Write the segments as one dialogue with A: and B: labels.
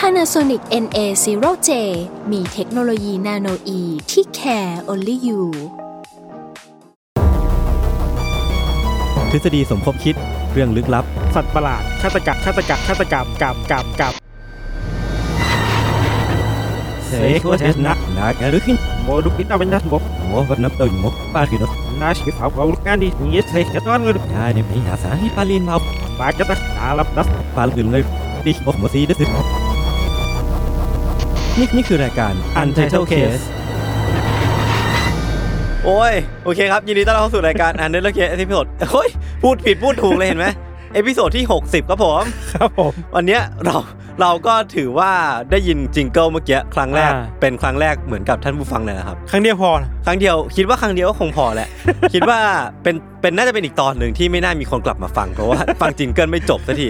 A: Panasonic NA0J มีเทคโนโลยีนาโนอีที่ care only you
B: ทฤษฎีสมคบคิดเรื่องลึกลับ
C: สัตว์ประหลาดฆาตกรรมฆาตกรรมฆาตกรรมกรรมกรรมกรรม
B: Secret is not dark and looking
C: โมดุกินเอาเป็นนัดบก
B: for what not doing more but you know
C: นาชิสาวเอาลูกงานดีเงี้ยเสกจะต้อนเงิน
B: I am a sahih palin mau
C: ปากจะตักตาลับนัส
B: pal ขึ้นเลยดิบอกมาซีดิสนี่นี่คือรายการ Untitled Case
D: โอ้ย โอเคครับ ยินดีต้อนรับเข้าสู่รายการ อันเดอร์เคสเอพิโซดเฮ้ย พูดผิดพูดถูกเลยเห็นไหมเอพิโซดที่ 60 ครับผม
C: ครับผม
D: วันเนี้ยเราเราก็ถือว่าได้ยินจิงเกิลเมื่อกี้ครั้งแรก
C: อ่า
D: เป็นครั้งแรกเหมือนกับท่านผู้ฟังเลยนะครับ
C: ครั้งเดียวพอนะ
D: ครั้งเดียวคิดว่าครั้งเดียวก็คงพอแหละ คิดว่าเป็นเป็นน่าจะเป็นอีกตอนหนึ่งที่ไม่น่ามีคนกลับมาฟังเพราะ ว่า ฟังจิงเกิลไม่จบสักที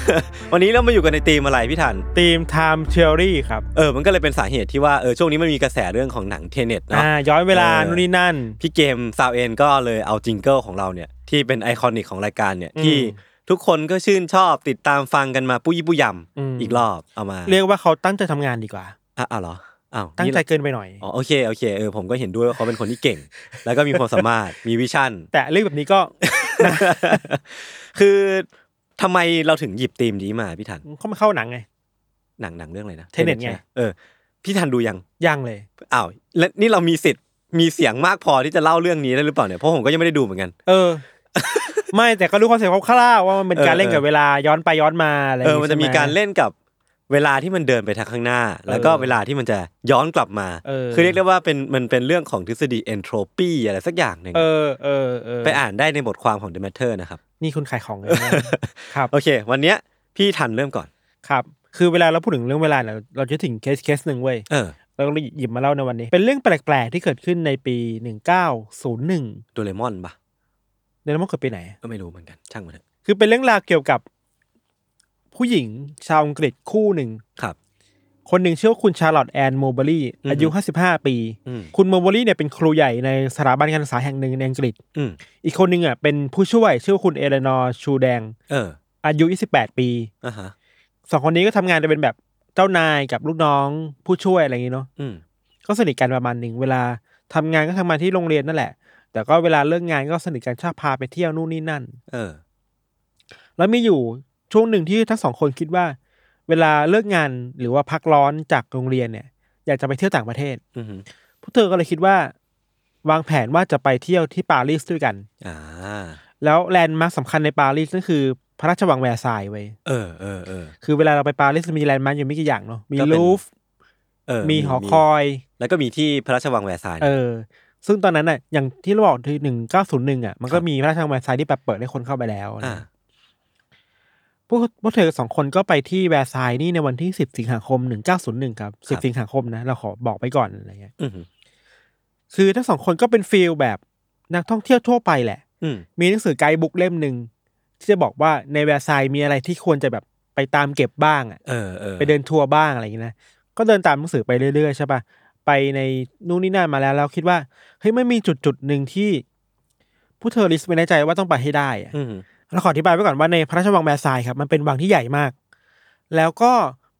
D: วันนี้เรามาอยู่กันในธีมอะไรพี่ทัน
C: ทีม Time Theory ครับ
D: เออมันก็เลยเป็นสาเหตุที่ว่าเออช่วงนี้มันมีกระแสเรื่องของหนังเทเน็ตเนาะ
C: อ่า ย้อนเวลา
D: เออ
C: นู่นนี่นั่น
D: พี่เกมซาวเอนก็เลยเอาจิงเกิลของเราเนี่ยที่เป็นไอคอนิกของรายการเนี่ย
C: อืม
D: ที่ทุกคนก็ชื่นชอบติดตามฟังกันมาปุยปุย
C: อืม
D: ำอีกรอบเอามา
C: เรียกว่าเขาตั้งใจทำงานดีกว่า
D: อ่ะอ่ะเหรออ้าว
C: ตั้งใจ
D: นี่
C: เกินไปหน่อย
D: อ๋อโอเคโอเคเออผมก็เห็นด้วยว่าเขาเป็นคนที่เก่ง แล้วก็มีความสามารถมีวิชั่น
C: แต่เรื่องแบบนี้ก็
D: คือทำไมเราถึงหยิบธีมนี้มาพี่ทัน
C: เข้ามาเข้าหนังไง
D: หนังหนังเรื่องอะไรนะ
C: Tenet
D: Tenet
C: ไง
D: ใช่หมเออพี่ทันดูยัง
C: ยังเลย
D: อ้าวและนี่เรามีสิทธิ์มีเสียงมากพอที่จะเล่าเรื่องนี้ได้หรือเปล่าเนี่ยเพราะผมก็ยังไม่ได้ดูเหมือนกัน
C: เออ ไม่แต่ก็รู้คอนเซ็ปต์คร่าวๆว่ามันเป็นการเล่นกับเวลาย้อนไปย้อนมาอะไรย่า
D: เอง อ
C: งี้
D: มันจะมี
C: ใช่ไห
D: การเล่นกับเวลาที่มันเดินไปทางข้างหน้า แล้วก็เวลาที่มันจะย้อนกลับมา
C: เออ
D: คือเรียกได้ว่าเป็นมันเป็นเรื่องของทฤษฎีเอนโทรปีอะไรสักอย่างหนึ่ง
C: เออเออเออ
D: ไปอ่านได้ในบทความของ The Matter นะครับ
C: นี่คุณขายของเลย นะ ครับ
D: โอเค วันเนี้ยพี่ทันเริ่มก่อน
C: ครับคือเวลาเราพูดถึงเรื่องเวลาเนี่ยเราจะถึงเคสเคสหนึ่งเว้ย
D: เออ
C: เราก็เลยหยิบมาเล่าในวันนี้ เป็นเรื่องแปลกๆที่เกิดขึ้นในปี 1901
D: โดเรมอนปะ
C: เดนมาร์กเกิดปีไหน
D: ก็ไม่รู้เหมือนกัน ช่างมันเถอะ
C: คือเป็นเรื่องราวเกี่ยวกับ ผู้หญิงชาวอังกฤษคู่หนึ่ง
D: ครับ
C: คนหนึ่งชื่อว่าคุณชาร์ลอตแอนโมเบอรี่
D: อือฮึ
C: อายุ 55 ปี
D: อืม
C: คุณโมเบอรี่เนี่ยเป็นครูใหญ่ในสถาบันการศึกษาแห่งหนึ่งในอังกฤษ
D: อืม
C: อีกคนหนึ่งอ่ะเป็นผู้ช่วยชื่อว่าคุณเอเลนอร์ชูแดง
D: เออ
C: อายุ 28 ปี
D: อ่ะฮะ
C: สองคนนี้ก็ทำงานจะเป็นแบบเจ้านายกับลูกน้องผู้ช่วยอะไรอย่างงี้เนาะ
D: อืม
C: ก็สนิทกันประมาณหนึ่งเวลาทำงานก็ทำงานที่โรงเรียนนั่นแหละ แต่ก็เวลาเลิกงานก็สนิทกันชอบพาไปเที่ยวนู่นนี่นั่น
D: เออ
C: แล้วมีอยู่ช่วงหนึ่งที่ทั้งสองคนคิดว่า เวลาเลิกงานหรือว่าพักร้อนจากโรงเรียนเนี่ย อยากจะไปเที่ยวต่างประเทศ
D: อือหือ
C: พวกเธอก็เลยคิดว่า วางแผนว่าจะไปเที่ยวที่ปารีสด้วยกัน
D: อ่า
C: แล้วแลนด์มาร์คสำคัญในปารีสนั่นคือพระราชวังแวร์ซายน์ไว้ย
D: เออเออเออ
C: คือเวลาเราไปปารีสมีแลนด์มาร์คอยู่ไม่กี่อย่างเนาะมี
D: ก็เป็น
C: ลูฟร์
D: เออ
C: มีหอคอย
D: แล้วก็มีที่พระราชวังแวร์ซายน์
C: เออ ซึ่งตอนนั้นน่ะ อย่างที่เราบอกที่หนึ่งเก้าศูนย์หนึ่งอ่ะ มันก็มีพระราชวังแวร์ซายน์ที่แบบเปิดให้คนเข้าไปแล้วนะ
D: อ่า
C: พวกพวกเธอสองคนก็ไปที่แวร์ซายน์นี่ในวันที่สิบสิงหาคมหนึ่งเก้าศูนย์หนึ่งครับสิบสิงหาคมนะ เราขอบอกไปก่อนอะไรเงี้ย
D: อือหือ
C: คือทั้งสองคนก็เป็นฟีลแบบนักท่องเที่ยวทั่วไปแหละ
D: อืม
C: มีหนังสือไกด์บุ๊กเล่มหนึ่งที่จะบอกว่าในแวร์ซายน์มีอะไรที่ควรจะแบบไปตามเก็บบ้างอ่ะ
D: เออเออ
C: ไปเดินทัวร์บ้างอะไรอย่างนี้นะ ก็เดินตามหนังสือไปเรื่อยๆใช่ปะไปในนู่นนี่นั่นมาแล้วเราคิดว่าเฮ้ยไม่มีจุดจุดหนึ่งที่ ผู้เธอลิสต์ไว้ในใจว่าต้องไปให้ได้อะ
D: อือหือ
C: เราขออธิบายไว้ก่อนว่าในพระราชวังแวร์ซายน์ครับมันเป็นวังที่ใหญ่มาก แล้วก็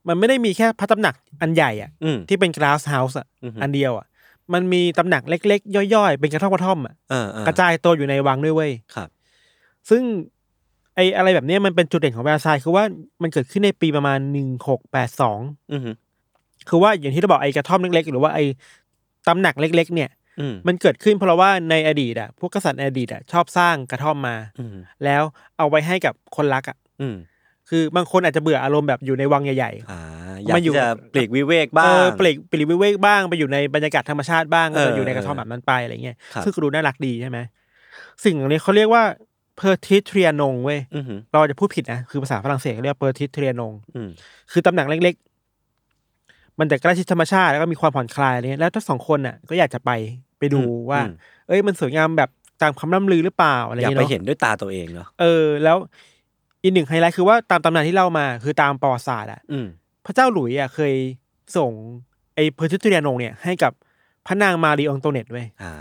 C: มันไม่ได้มีแค่พระตำหนักอันใหญ่อะ
D: อืม
C: ที่เป็นกราสเฮาส์อะ
D: อือฮึ
C: อันเดียวอะมันมีตำหนักเล็กๆ ย่อยๆ เป็นกระท่อมกระท่อมอะ
D: เออเออก
C: ระจายตัวอยู่ในวังด้วยเว้ย
D: ครับ
C: ซึ่งไออะไรแบบเนี้ยมันเป็นจุดเด่นของแวร์ซายน์คือว่ามันเกิดขึ้นในปีประมาณหนึ่งหกแปดสอง
D: อือหือ
C: คือว่าอย่างที่เราบอกไอ้กระท่อมเล็กๆ หรือว่าไอ้ตำหนักเล็ก ๆ เนี่ย
D: อืม
C: มันเกิดขึ้นเพราะว่าในอดีตอ่ะพวกกษัตริย์ในอดีตอ่ะชอบสร้างกระท่อมมา
D: อือหือ
C: แล้วเอาไว้ให้กับคนรักอ่ะ
D: อืม
C: คือบางคนอาจจะเบื่ออารมณ์แบบอยู่ในวังใหญ่
D: อ่าอยาก
C: มาอยู่
D: ที่จะปลีกวิเวก
C: ๆ
D: บ้าง
C: เออเปลีกปลีกวิเวกบ้างไปอยู่ในบรรยากาศธรรมชาติบ้าง
D: เออ
C: ก็จะอยู่ในกระท่อมแบบนั้นไปอะไรเงี้ย
D: ครับ
C: ซึ่งก็ดูน่ารักดีใช่ไหมสิ่งเหล่านี้เขาเรียกว่าเพอร์ทิเทรียนงเว้ย
D: อือหือ
C: เราจะพูดผิดนะคือภาษาฝรั่งเศสเขาเรียกเพอร์ทิเทรียนง
D: อืม
C: คือตำแหน่งเล็ก มันแต่ใกล้ชิดธรรมชาติแล้วก็มีความผ่อนคลายอะไรเงี้ยแล้วทั้งสองคนน่ะก็อยากจะไปไปดูว่า
D: อืม
C: เอ้ยมันสวยงามแบบตามคำร่ำลือหรือเปล่าอะไร
D: อยาก
C: เงี้ย
D: ไป
C: เนาะ
D: เห็นด้วยตาตัวเองเนาะ
C: เออแล้วอีกหนึ่งไฮไลท์คือว่าตามตำนานที่เล่ามาคือตามประวัติศาสตร์อะ
D: อืม
C: พระเจ้าหลุยส์อะเคยส่งไอ้เพอร์ทิตูเรียนงเนี่ยให้กับพระนางมารีอองโตเนตเว้ย
D: อ่า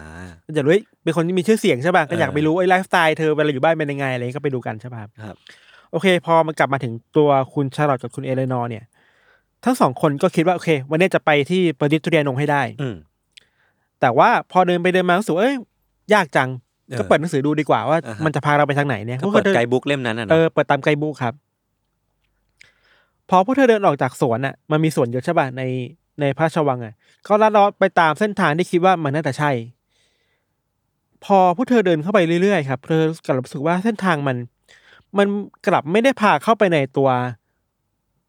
C: แต่หลุยส์เป็นคนที่มีชื่อเสียงใช่ป่ะก็อยาก
D: เออ
C: ไปรู้ไอ้ไลฟ์สไตล์เธอเวลาอยู่บ้านเป็นยังไงอะไรเงี้ยก็ไปดูกันใช่ป่ะ
D: ครับ
C: โอเค พอมันกลับมาถึงตัวคุณชาร์ลอตกับคุณเอเลนอร์เนี่ย ทั้งสองคนก็คิดว่าโอเค วันนี้จะไปที่เพอร์ทิตูเรียนงให้ได้
D: อืม
C: แต่ว่าพอเดินไปเดินมารู้สึกว่าเอ้ยยากจัง
D: เออ
C: ก็เปิดหนังสือดูดีกว่าว่า
D: อ่าฮะ
C: มันจะพาเราไปทางไหนเนี่ย
D: ก็เปิดไกด์บุ๊กเล่มนั้นอ่ะ
C: เอ
D: เนาะ
C: อเปิดตามไกด์บุ๊กครับ พอพวกเธอเดินออกจากสวนน่ะมันมีสวนเยอะใช่ป่ะในในพระราชวังอ่ะก็ลัดเลาะไปตามเส้นทางที่คิดว่ามันน่าจะใช่ พอพวกเธอเดินเข้าไปเรื่อยๆครับเธอกลับรู้สึกว่าเส้นทางมัน มันกลับไม่ได้พาเข้าไปในตัว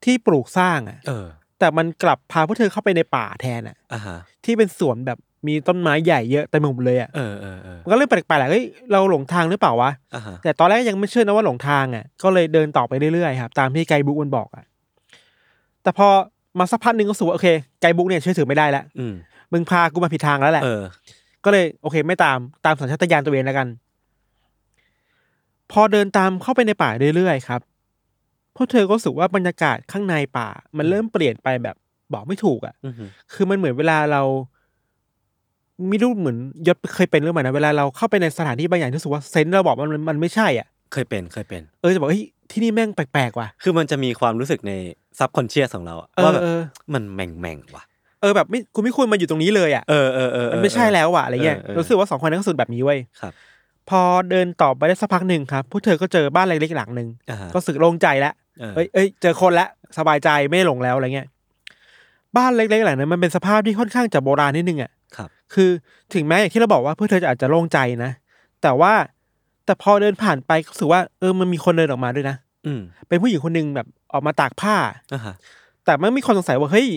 C: ที่ปลูกสร้างอ่ะ
D: เออ
C: แต่มันกลับพาพวกเธอเข้าไปในป่าแทนอ่ะ
D: อ่าฮะ
C: ที่เป็นสวนแบบมีต้นไม้ใหญ่เยอะเต็มไปหมดเลยอ่ะ
D: เออเออเออ
C: มันก็เริ่มแปลกๆแหละเฮ้ยเราหลงทางหรือเปล่าวะ
D: อ่าฮะ
C: แต่ตอนแรกยังไม่เชื่อนะว่าหลงทางอ่ะ ก็เลยเดินต่อไปเรื่อยๆครับตามที่ไกด์บุ๊กมันบอกอ่ะ แต่พอมาสักพักหนึ่งก็รู้สูว่าโอเคไกด์บุ๊กเนี่ยเชื่อถือไม่ได้ละ
D: อืม
C: มึงพากูมาผิดทางแล้วแหละ
D: เออ
C: ก็เลยโอเค ไม่ตามตามสัญชาตญาณตัวเองแล้วกัน พอเดินตามเข้าไปในป่าเรื่อยๆครับพวกเธอก็รู้สึกว่าบรรยากาศข้างในป่า มันเริ่มเปลี่ยนไปแบบบอกไม่ถูกอ่ะ
D: อือหือ
C: คือมันเหมือนเวลาเราไม่รู้เหมือนยศเคยเป็นหรือเปล่านะเวลาเราเข้าไปในสถานที่บางอย่างที่รู้สึกว่าเซนส์เราบอกว่ามันมันไม่ใช่อ่ะ
D: เคยเป็นเคยเป็น
C: เออจะบอกเฮ้ยที่นี่แม่งแปลกๆว่ะ
D: คือมันจะมีความรู้สึกในซับคอนเชียสของเราอะ
C: เอ
D: ว่า
C: อ
D: แบบ
C: เออ
D: มันแม่งแม่งว่ะ
C: เออแบบไม่กูไม่ควรมาอยู่ตรงนี้เลยอ่ะ
D: เออเออเออเออ
C: มันไม่ใช่แล้วว่ะอะไรเงี้ย
D: เออเออ
C: รู้สึกว่าสองคนนั้นก็สุดแบบนี้เว้ย
D: ครับ
C: พอเดินต่อไปได้สักพักหนึ่งครับพวกเธอก็เจอบ้านเล็กๆหลังหนึ่ง
D: อ่าฮะ
C: ก็รู้สึกโล่งใจแล้ว
D: เออ
C: เอ้ยเอ้ยเจอคนละสบายใจไม่หลงแล้วอะไรเงี้ยบ้านเล็กๆหลังนั้นมันเป็นสภาพที่ค่อนข้างจะโบราณนิดนึงอ่ะ
D: ครับ
C: คือถึงแม้อย่างที่เราบอกว่าพวกเธอจะอาจจะโล่งใจนะแต่ว่าแต่พอเดินผ่านไปก็รู้สึกว่าเออมันมีคนเดินออกมาด้วยนะ
D: อืม
C: เป็นผู้หญิงคนหนึ่งแบบออกมาตากผ้า
D: อ่าฮะ
C: แต่มันมีคนสงสัยว่าเฮ้ย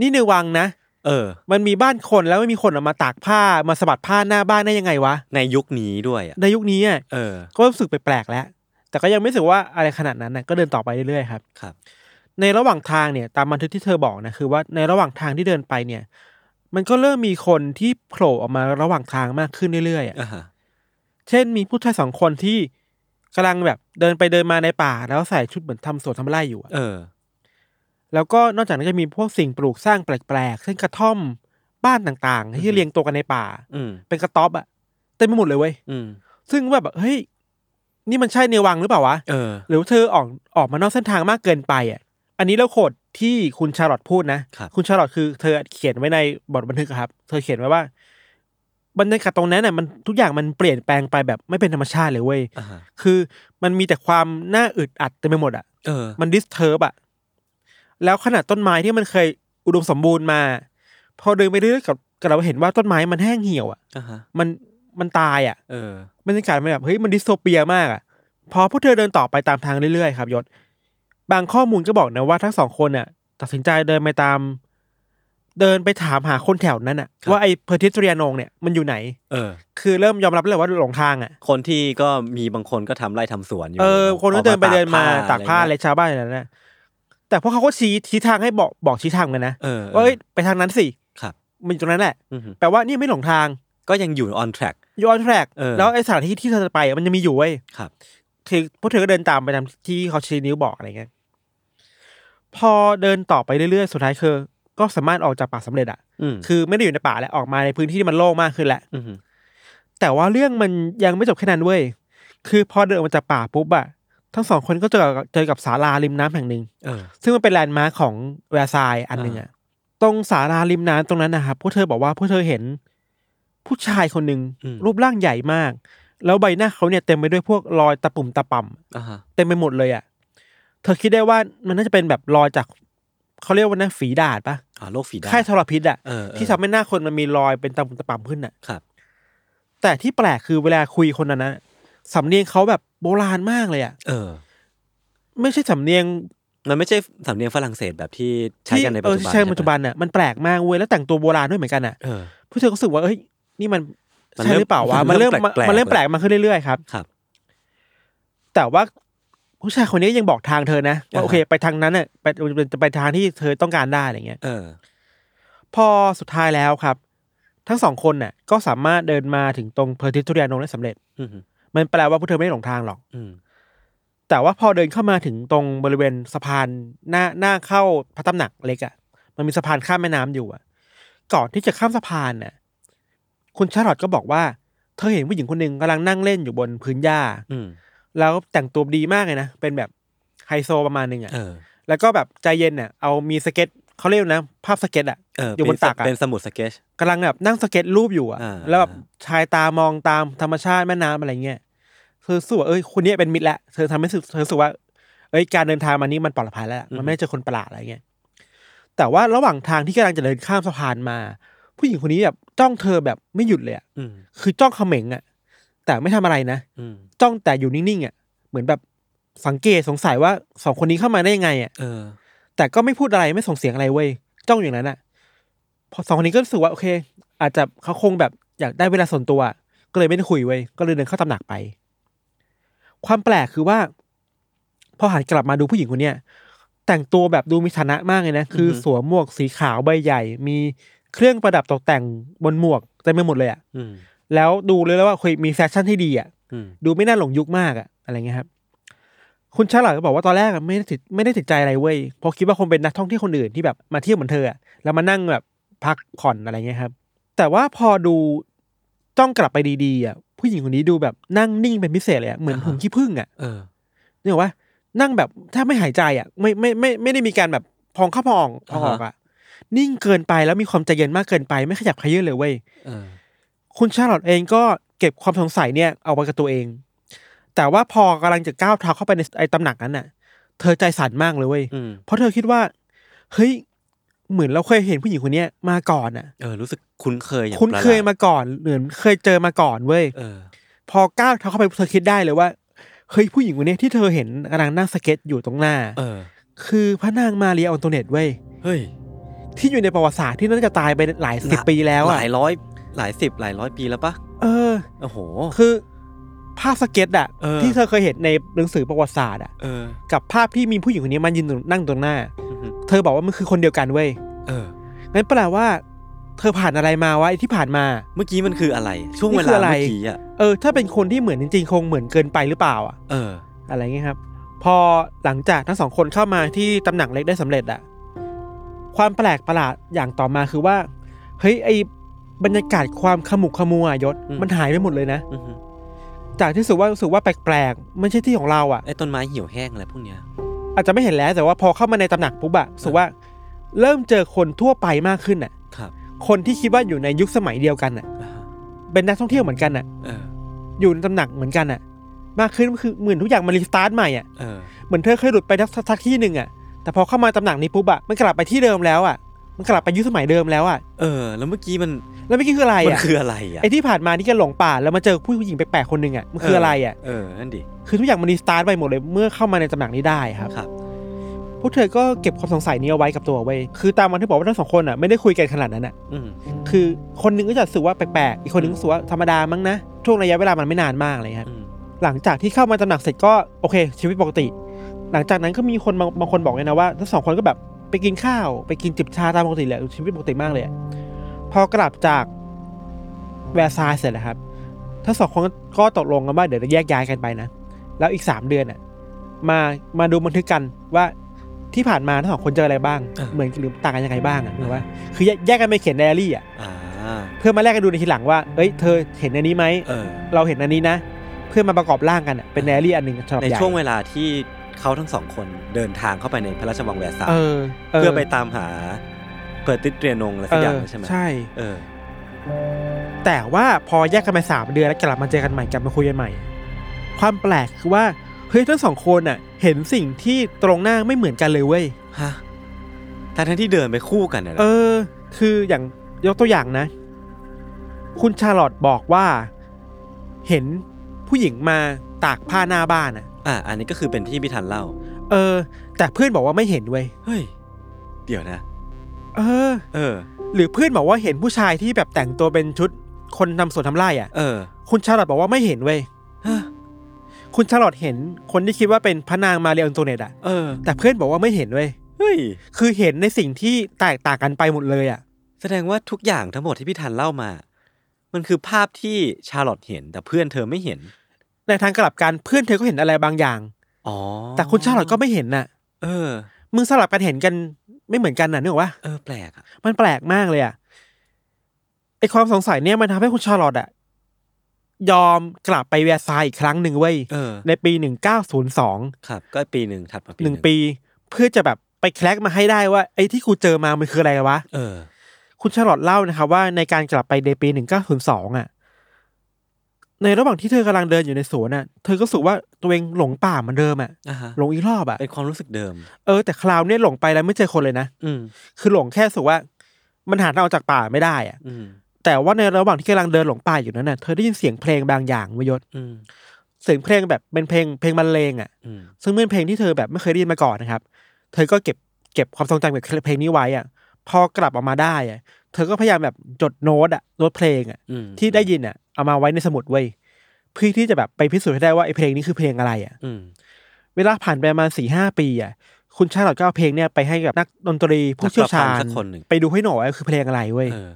C: นี่ในวังนะ
D: เออ
C: มันมีบ้านคนแล้วไม่มีคนออกมาตากผ้ามาสะบัดผ้าหน้าบ้านได้ยังไงวะ
D: ในยุคนี้ด้วยอ่ะ
C: ในยุคนี้อะ
D: เออ
C: ก็รู้สึกแปลกๆแล้ว แต่ก็ยังไม่รู้สึกว่าอะไรขนาดนั้นนะก็เดินต่อไปเรื่อยๆครับ
D: ครับ
C: ในระหว่างทางเนี่ยตามบันทึกที่เธอบอกนะคือว่าในระหว่างทางที่เดินไปเนี่ย มันก็เริ่มมีคนที่โผล่ออกมาระหว่างทางมากขึ้นเรื่อยๆอะ
D: อ่าฮะ
C: เช่นมีผู้ชายสองคนที่กำลังแบบเดินไปเดินมาในป่า แล้วใส่ชุดเหมือนทำสวนทำไร่อยู่อะ
D: เออ
C: แล้วก็นอกจากนั้นจะมีพวกสิ่งปลูกสร้างแปลกๆ เช่นกระท่อมบ้านต่างๆ ที่เรียงตัวกันในป่า
D: อืม
C: เป็นกระต๊อบอะเต็มไปหมดเลยเว้ย
D: อืม
C: ซึ่งว่าแบบเฮ้ย นี่มันใช่ในวังหรือเปล่าวะ
D: เออ
C: หรือว่าเธอออกออกมานอกเส้นทางมากเกินไปอะอันนี้เราโคดที่คุณชาร์ลอตพูดนะ
D: ครับ
C: คุณชาร์ลอตคือเธอเขียนไว้ในบทบันทึกอะครับ เธอเขียนไว้ว่าบรรยากาศตรงนั้นน่ะมันทุกอย่างมันเปลี่ยนแปลงไปแบบไม่เป็นธรรมชาติเลยเว้ย
D: อ่าฮะ
C: คือมันมีแต่ความน่าอึดอัดเต็มไปหมดอะ
D: เออ
C: มันดิสเทิร์บอะแล้วขนาดต้นไม้ที่มันเคยอุดมสมบูรณ์มา พอเดินไปเรื่อยๆกับกับเราเห็นว่าต้นไม้มันแห้งเหี่ยวอะ
D: อ่าฮะ
C: มันมันตายอะ
D: เออ
C: บรรยากาศมันแบบเฮ้ยมันดิสโทเปียมากอะพอพวกเธอเดินต่อไปตามทางเรื่อยๆครับยศ บางข้อมูลก็บอกนะว่าทั้งสองคนน่ะ ตัดสินใจเดินไปตาม เดินไปถามหาคนแถวนั้นอะ
D: ครับ
C: ว่าไอ้เพอร์ทิสเรียนงเนี่ยมันอยู่ไหน
D: เออ
C: คือเริ่มยอมรับเลยว่าหลงทางอะ
D: คนที่ก็มีบางคนก็ทำไร่ทำสวนอยู่
C: เออ คนก็เดินไปเดินมาตากผ้า
D: อะ
C: อะไร ไรชาวบ้านอย่างนั้นนะแต่พวกเขาก็ชี้ชี้ทางให้บอกบอกชี้ทางเหมือนกันนะ
D: เออเออ
C: ว่าเอ้ยไปทางนั้นสิ
D: ครับ
C: มันอยู่ตรงนั้นแหละ
D: อือฮึ
C: แปลว่านี่ไม่หลงทาง
D: ก็ยังอยู่ on track
C: ย้อนแทรก
D: เออ
C: แล้วไอสถานที่ที่เธอจะไปอะมันยังมีอยู่เว้ย
D: ครับ
C: คือพวกเธอก็เดินตามไปตามที่เขาชี้นิ้วบอกอะไรเงี้ย พอเดินต่อไปเรื่อยๆ สุดท้ายคือ ก็สามารถออกจากป่าสำเร็จอะ
D: อืม
C: คือไม่ได้อยู่ในป่าแล้วออกมาในพื้นที่ที่มันโล่งมากขึ้นแหละ
D: มฮึ
C: แต่ว่าเรื่องมันยังไม่จบแค่นั้นเว้ย คือพอเดินออกมาจากป่าปุ๊บอะทั้งสองคนก็เจอกับเจอกับศาลาริมน้ำแห่งหนึ่ง
D: เออ
C: ซึ่งมันเป็นแลนด์มาร์คของแวร์ซายน์อันหนึ่งอะตรงศาลาริมน้ำตรงนั้นนะครับพวกเธอบอกว่าพวกเธอเห็นผู้ชายคนหนึ่ง
D: อืม
C: รูปร่างใหญ่มาก แล้วใบหน้าเขาเนี่ยเต็มไปด้วยพวกรอยตะปุ่มตะป่ำ
D: อ่าฮะ
C: เต็มไปหมดเลยอะเธอคิดได้ว่ามันน่าจะเป็นแบบรอยจากเขาเรียกว่านะฝีดาดปะ
D: อ่าโรคฝีดาด
C: ค่ายทรพิษอะ
D: เออเออ
C: ที่ทำให้หน้าคนมันมีรอยเป็นตะปุ่มตะป่ำขึ้นอะ
D: ครับ
C: แต่ที่แปลกคือเวลาคุยคนนั้นนะสำเนียงเขาแบบโบราณมากเลยอะ
D: เออ
C: ไม่ใช่สำเนียง
D: มันไม่ใช่สำเนียงฝรั่งเศสแบบที่ใช้กันในปัจ
C: เออ
D: จุบัน
C: ที่ใช้ปัจจุบันน่ะมันแปลกมากเว้ยแล้วแต่งตัวโบราณด้วยเหมือนกันน่ะ
D: เออ
C: ผู้เธอก็รู้สึกว่าเอ้ยนี่มัน
D: มัน
C: ใช่
D: เริ่ม
C: หรือเปล่าวะ
D: มั
C: มัน
D: นเริ่
C: เริ่ม
D: มแปลกๆ
C: มันเริ่มแปลกมาขึ้นเรื่อยๆครับ
D: ครับ
C: แต่ว่า ผู้ชายคนนี้ยังบอกทางเธอนะ
D: อ่า
C: ว่า
D: ฮะ
C: โอเคไปทางนั้นน่ะไปจะไปทางที่เธอต้องการได้อะไรเงี้ย
D: เออ
C: พอสุดท้ายแล้วครับ ทั้งสองคนน่ะ ก็สามารถเดินมาถึงตรงเพอร์ทิทูเรียนงได้สำเร็จ
D: อืม
C: มันแปลว่าพวกเธอไม่ได้หลงทางหรอก
D: อืม
C: แต่ว่าพอเดินเข้ามาถึงตรงบริเวณสะพานหน้าหน้าเข้าพระตำหนักเล็กอะ่ะ มันมีสะพานข้ามแม่น้ำอยู่อะ่ะ ก่อนที่จะข้ามสะพานน่ะ คุณชาร์ลอตก็บอกว่า เธอเห็นผู้หญิงคนหนึ่งกำลังนั่งเล่นอยู่บนพื้นหญ้า
D: อืม
C: แล้วแต่งตัวดีมากเลยนะ เป็นแบบไฮโซประมาณหนึง
D: เอ
C: อะ่ะ
D: อ
C: แล้วก็แบบใจเย็นน่ะ เอามีสเก็ตเขาเรียกนะ ภาพสเก็ตอ่ะ
D: เออ
C: อยู่บนตักอะ
D: เป็นสมุดสเก็ต
C: กำลังแบบนั่งสเก็ตรูปอยู่อะ
D: อ่า
C: แล้วแบบชายตามองตามธรรมชาติแม่น้ำอะไรเงี้ยเธอรู้สู้เอ้ยคนเนี้ยเป็นมิตรแล้วเธอทำให้รู้สึกเธอรู้สึกว่า เอ้ยการเดินทางมานี้มันปลอดภัยแล้วล่ะมันไม่ได้เจอคนประหลาดอะไรเงี้ยแต่ว่าระหว่างทางที่กำลังจะเดินข้ามสะพานมา ผู้หญิงคนนี้แบบจ้องเธอแบบไม่หยุดเลยอะ
D: อืม
C: คือจ้องเขม็งอะแต่ไม่ทำอะไรนะ
D: อืม
C: จ้องแต่อยู่นิ่งๆอะเหมือนแบบสังเกตสงสัยว่าสองคนนี้เข้ามาได้ยังไงอะ
D: เออ
C: แต่ก็ไม่พูดอะไรไม่ส่งเสียงอะไรเว้ยจ้องอย่างนั้นอะพอสองคนนี้ก็รู้สึกว่าโอเค อาจจะเขาคงแบบอยากได้เวลาส่วนตัว ก็เลยไม่ได้คุยเว้ยก็เลยเดินเข้าตำหนักไป ความแปลกคือว่า พอหันกลับมาดูผู้หญิงคนเนี้ยแต่งตัวแบบดูมีฐานะมากเลยนะคืออ
D: อฮึ
C: สวมหมวกสีขาวใบใหญ่ มีเครื่องประดับตกแต่งบนหมวกเต็ไมไปหมดเลยอะ
D: อืม
C: แล้วดูเลยแล้วว่าเคยมีแฟชั่นที่ดีอะ
D: อืม
C: ดูไม่น่าหลงยุคมากอะอะไรเงี้ยครับ คุณชาร์ลอตก็บอกว่าตอนแรกอะไม่ได้ติดไม่ได้ติดใจอะไรเว้ยเพราะคิดว่าคงเป็นนักท่องเที่ยวคนอื่นที่แบบมาเที่ยวเหมือนเธออะแล้วมานั่งแบบพักผ่อนอะไรเงี้ยครับ แต่ว่าพอดูจ้องกลับไปดีๆอะผู้หญิงคนนี้ดูแบบนั่งนิ่งเป็นพิเศษเลยอะเหมือนหุ่นขี้ผึ้งอะ
D: เออ
C: นึกออกว่านั่งแบบถ้าไม่หายใจอะไม่ไม่ไม่ไม่ได้มีการแบบพองเข้าพองพองออกอะนิ่งเกินไปแล้วมีความใจเย็นมากเกินไปไม่ขยับเขยื้อนเลยเว้ย
D: เออ
C: คุณชาร์ลอตเองก็เก็บความสงสัยเนี่ยเอาไว้กับตัวเอง แต่ว่าพอกำลังจะก้าวเท้าเข้าไปในไอ้ตำหนักนั้นน่ะ เธอใจสั่นมากเลยเว้ย
D: อืม
C: เพราะเธอคิดว่า เฮ้ย เหมือนเราเคยเห็นผู้หญิงคนเนี้ยมาก่อนน่ะ
D: เออ รู้สึกคุ้นเคยอย่าง
C: คุ้นเคย
D: ประหลด
C: มาก่อนเหมือนเคยเจอมาก่อนเว้ย
D: เออ
C: พอก้าวเท้าเข้าไปเธอคิดได้เลยว่า เฮ้ยผู้หญิงคนเนี้ยที่เธอเห็นกำลังนั่งสเก็ตอยู่ตรงหน้า
D: เออ
C: คือพระนางมาเรียออนโตเนตเว้ย
D: เฮ้ย
C: ที่อยู่ในประวัติศาสตร์ที่น่าจะตายไปหลายสิบปีแล้ว
D: ห
C: อะ
D: ลายร้อย หลายสิบหลายร้อยปีแล้วปะ
C: เออ
D: โอ้โห
C: คือภาพสเก็ตอะ
D: เออ
C: ที่เธอเคยเห็นในหนังสือประวัติศาสตร์อะ
D: เออ
C: กับภาพที่มีผู้หญิงคนนี้มายืนตรงนั่งตรงหน้า
D: อือฮึ
C: เธอบอกว่ามันคือคนเดียวกันเว้ย
D: เออ
C: งั้นแปลว่า เธอผ่านอะไรมาวะไอ้ที่ผ่านมา
D: เมื่อกี้มันคืออะไร ช่วงเว
C: นี่คื
D: ลา
C: ออะไร
D: เมื่อกี้อ่ะ
C: เออ ถ้าเป็นคนที่เหมือนจริงๆ คงเหมือนเกินไปหรือเปล่าอะ
D: เออ
C: อะไรเงี้ยครับ พอหลังจากทั้งสองคนเข้ามาที่ตำหนักเล็กได้สำเร็จอะความแปลกประหลาดอย่างต่อมาคือว่าเฮ้ยไอบรรยากาศความขมุกขมัวอะยศ
D: อืม
C: มันหายไปหมดเลยนะ
D: อือฮึ
C: จากที่รู้สึกว่ารู้สึกว่าแปลกๆไม่ใช่ที่ของเราอะ
D: ไอ้ต้นไม้เหี่ยวแห้งอะไรพวกเนี้ย
C: อาจจะไม่เห็นแล้วแต่ว่าพอเข้ามาในตำหนักปุ๊บอะรู้สุว่า เริ่มเจอคนทั่วไปมากขึ้นอะ
D: ครับ
C: คนที่คิดว่าอยู่ในยุคสมัยเดียวกันอะ
D: อ่าฮะ
C: เป็นนักท่องเที่ยวเหมือนกันอะ
D: เออ
C: อยู่ในตำหนักเหมือนกันอะมากขึ้นคือเหมือนทุกอย่างมันรีสตาร์ทใหม่อะ
D: เออ
C: เหมือนเธอเคยหลุดไปทักทักที่หนึ่งอะแต่พอเข้ามาตำหนักนี้ปุ๊บอะมันกลับไปที่เดิมแล้วอะมันกลับไปยุคสมัยเดิมแล้วอะ
D: เออ แล้วเมื่อกี้มัน
C: แล้วเมื่อกี้คืออะไร
D: มัน
C: อะ
D: คืออะไรอ่ะ
C: ไอ้ที่ผ่านมานี่ก็หลงป่าแล้วมาเจอผู้หญิงแปลกๆคนหนึ่งอะมันคืออะไรอะ
D: เออ นั่นดิ
C: คือทุกอย่างมันรีสตาร์ทไปหมดเลยเมื่อเข้ามาในตำหนักนี้ได้ครับ
D: ครับ
C: พวกเธอก็เก็บความสงสัยนี้เอาไว้กับตัวไว้ยคือตามวันที่บอกว่าทั้งสองคนอ่ะไม่ได้คุยกันขนาดนั้นอ่ะ
D: อืม
C: คือคนหนึงก็จะรู้สึกว่าแปลกๆ อีกคนหนึงรู้สึกว่าธรรมดามั้งนะ ช่วงระยะเวลามันไม่นานมากเลยครับ
D: อืม
C: หลังจากที่เข้ามาตำหนักเสร็จก็โอเค ชีวิตปกติ หลังจากนั้นก็มีคนบางบางคนบอกเลยนะว่าทั้งสองคนก็แบบไปกินข้าว ไปกินจิบชาตามปกติแหละชีวิตปกติมากเลยอะพอกลับจากแวร์ซายน์เสร็จนะครับทั้งสองคนก็ตกลงกันว่าเดี๋ยวจะแยกย้ายกันไปนะ แล้วอีกสามเดือนอ่ะมามาดูบันทึกกันว่าที่ผ่านมาทั้งสองคนเจออะไรบ้าง เหมือนหรือต่างกันยังไงบ้างอ่ะหรือว่าคือแยกแยกกันไปเขียนไดอารี่อ่ะ
D: อ่า
C: เพื่อมาแลกกันดูในทีหลังว่าเอ้ยเธอเห็นอันนี้ไหม
D: เออ
C: เราเห็นอันนี้นะ เพื่อมาประกอบร่างกันอะเป็นไดอารี่อันหนึ่งฉบับ
D: ใน
C: ใหญ่
D: ช่วงเวลาที่เขาทั้งสองคนเดินทางเข้าไปในพระราชวังแวร์ซาย
C: เอ
D: น์
C: อ
D: เพื่อไปตามหาเปิดติดเรียนงอะไรสักอย่าง
C: เออ
D: ใช่ไหม
C: ใช่
D: เออ
C: แต่ว่าพอแยกกันไปสามเดือนแล้วกลับมาเจอกันใหม่กลับมาคุยกันใหม่ ความแปลกคือว่าเฮ้ยทั้งสองคนอ่ะ เห็นสิ่งที่ตรงหน้าไม่เหมือนกันเลยเว้ย
D: ฮะทั้งๆที่เดินไปคู่กันนะนะ
C: เออ คืออย่างยกตัวอย่างนะ คุณชาร์ลอตบอกว่า เห็นผู้หญิงมาตากผ้าหน้าบ้านอ่ะ
D: อ่ะอันนี้ก็คือเป็นที่พิธันเล่า
C: เออ แต่เพื่อนบอกว่าไม่เห็นเว้ย
D: เฮ้ย เดี๋ยวนะ
C: เออ
D: เออ
C: หรือเพื่อนบอกว่าเห็นผู้ชายที่แบบแต่งตัวเป็นชุดคนทำสวนทำไร่อ่ะ
D: เออ
C: คุณชาร์ลอตบอกว่าไม่เห็นเว้ย คุณชาร์ลอตเห็นคนที่คิดว่าเป็นพระนางมาเรียอันโตเนตอะ
D: เออ
C: แต่เพื่อนบอกว่าไม่เห็นเว้ย
D: เฮ้ย
C: คือเห็นในสิ่งที่แตกต่างกันไปหมดเลยอะ
D: แสดงว่าทุกอย่างทั้งหมดที่พี่ทันเล่ามา มันคือภาพที่ชาร์ลอตเห็น แต่เพื่อนเธอไม่เห็น
C: ในทางกลับกันเพื่อนเธอก็เห็นอะไรบางอย่าง
D: อ๋อ
C: แต่คุณชาร์ลอตก็ไม่เห็นน่ะ
D: เออ
C: มึงสลับกันเห็นกันไม่เหมือนกันน่ะนึกออกปะ
D: เออ แปลกอะ
C: มันแปลกมากเลยอะไอความสงสัยเนี่ยมันทำให้คุณชาร์ลอตอะยอมกลับไปเวียร์ซายน์อีกครั้งหนึ่งเว้ย
D: เออ
C: ในปีหนึ่งเก้าศูนย์สอง
D: ครับ ก็ปีหนึ่งถัดมาปี
C: หนึ่งปีเพื่อจะแบบไปแคลกมาให้ได้ว่าไอ้ที่กูเจอมามันคืออะไรวะ
D: เออ
C: คุณชาร์ลอตเล่านะครับว่าในการกลับไปในปีหนึ่งเก้าศูนย์สองอ่ะ ในระหว่างที่เธอกำลังเดินอยู่ในสวนอ่ะ เธอก็รู้สึกว่าตัวเองหลงป่าเหมือนเดิมอ่ะ
D: อ่ะฮะ
C: หลงอีกรอบอ่ะ
D: เป็นความรู้สึกเดิม
C: เออแต่คราวเนี้ยหลงไปแล้วไม่เจอคนเลยนะ
D: อืม
C: คือหลงแค่รู้สึกว่ามันหาทางออกจากป่าไม่ได้อ่ะ
D: อืม
C: แต่ว่าในระหว่างที่กำลังเดินหลงป่าอยู่นั้นน่ะเธอได้ยินเสียงเพลงบางอย่างเวยยศ
D: อืม
C: เสียงเพลงแบบเป็นเพลงเพลงบรรเลงอ่ะ
D: อืม
C: ซึ่งเป็นเพลงที่เธอแบบไม่เคยได้ยินมาก่อนนะครับ เธอก็เก็บเก็บความทรงจำกับเพลงนี้ไว้อ่ะ พอกลับออกมาได้อ่ะ เธอก็พยายามแบบจดโน้ตอ่ะโน้ตเพลงอ่ะ
D: อืม
C: ที่ได้ยินอ่ะเอามาไว้ในสมุดไว้ยเพื่อที่จะแบบไปพิสูจน์ให้ได้ว่าไอ้เพลงนี้คือเพลงอะไรอ่ะ
D: อืม
C: เวลาผ่านไปประมาณสี่ห้าปีอ่ะ คุณชาลอตก็เอาเพลงเนี่ยไปให้กับนักดนตรีผู้เชี่ยวชา
D: นักประพัน
C: ญ
D: ธ์สักคนหนึ่ง
C: ไปดูให้หน่อยว่าคือเพลงอะไรเว้ย
D: เออ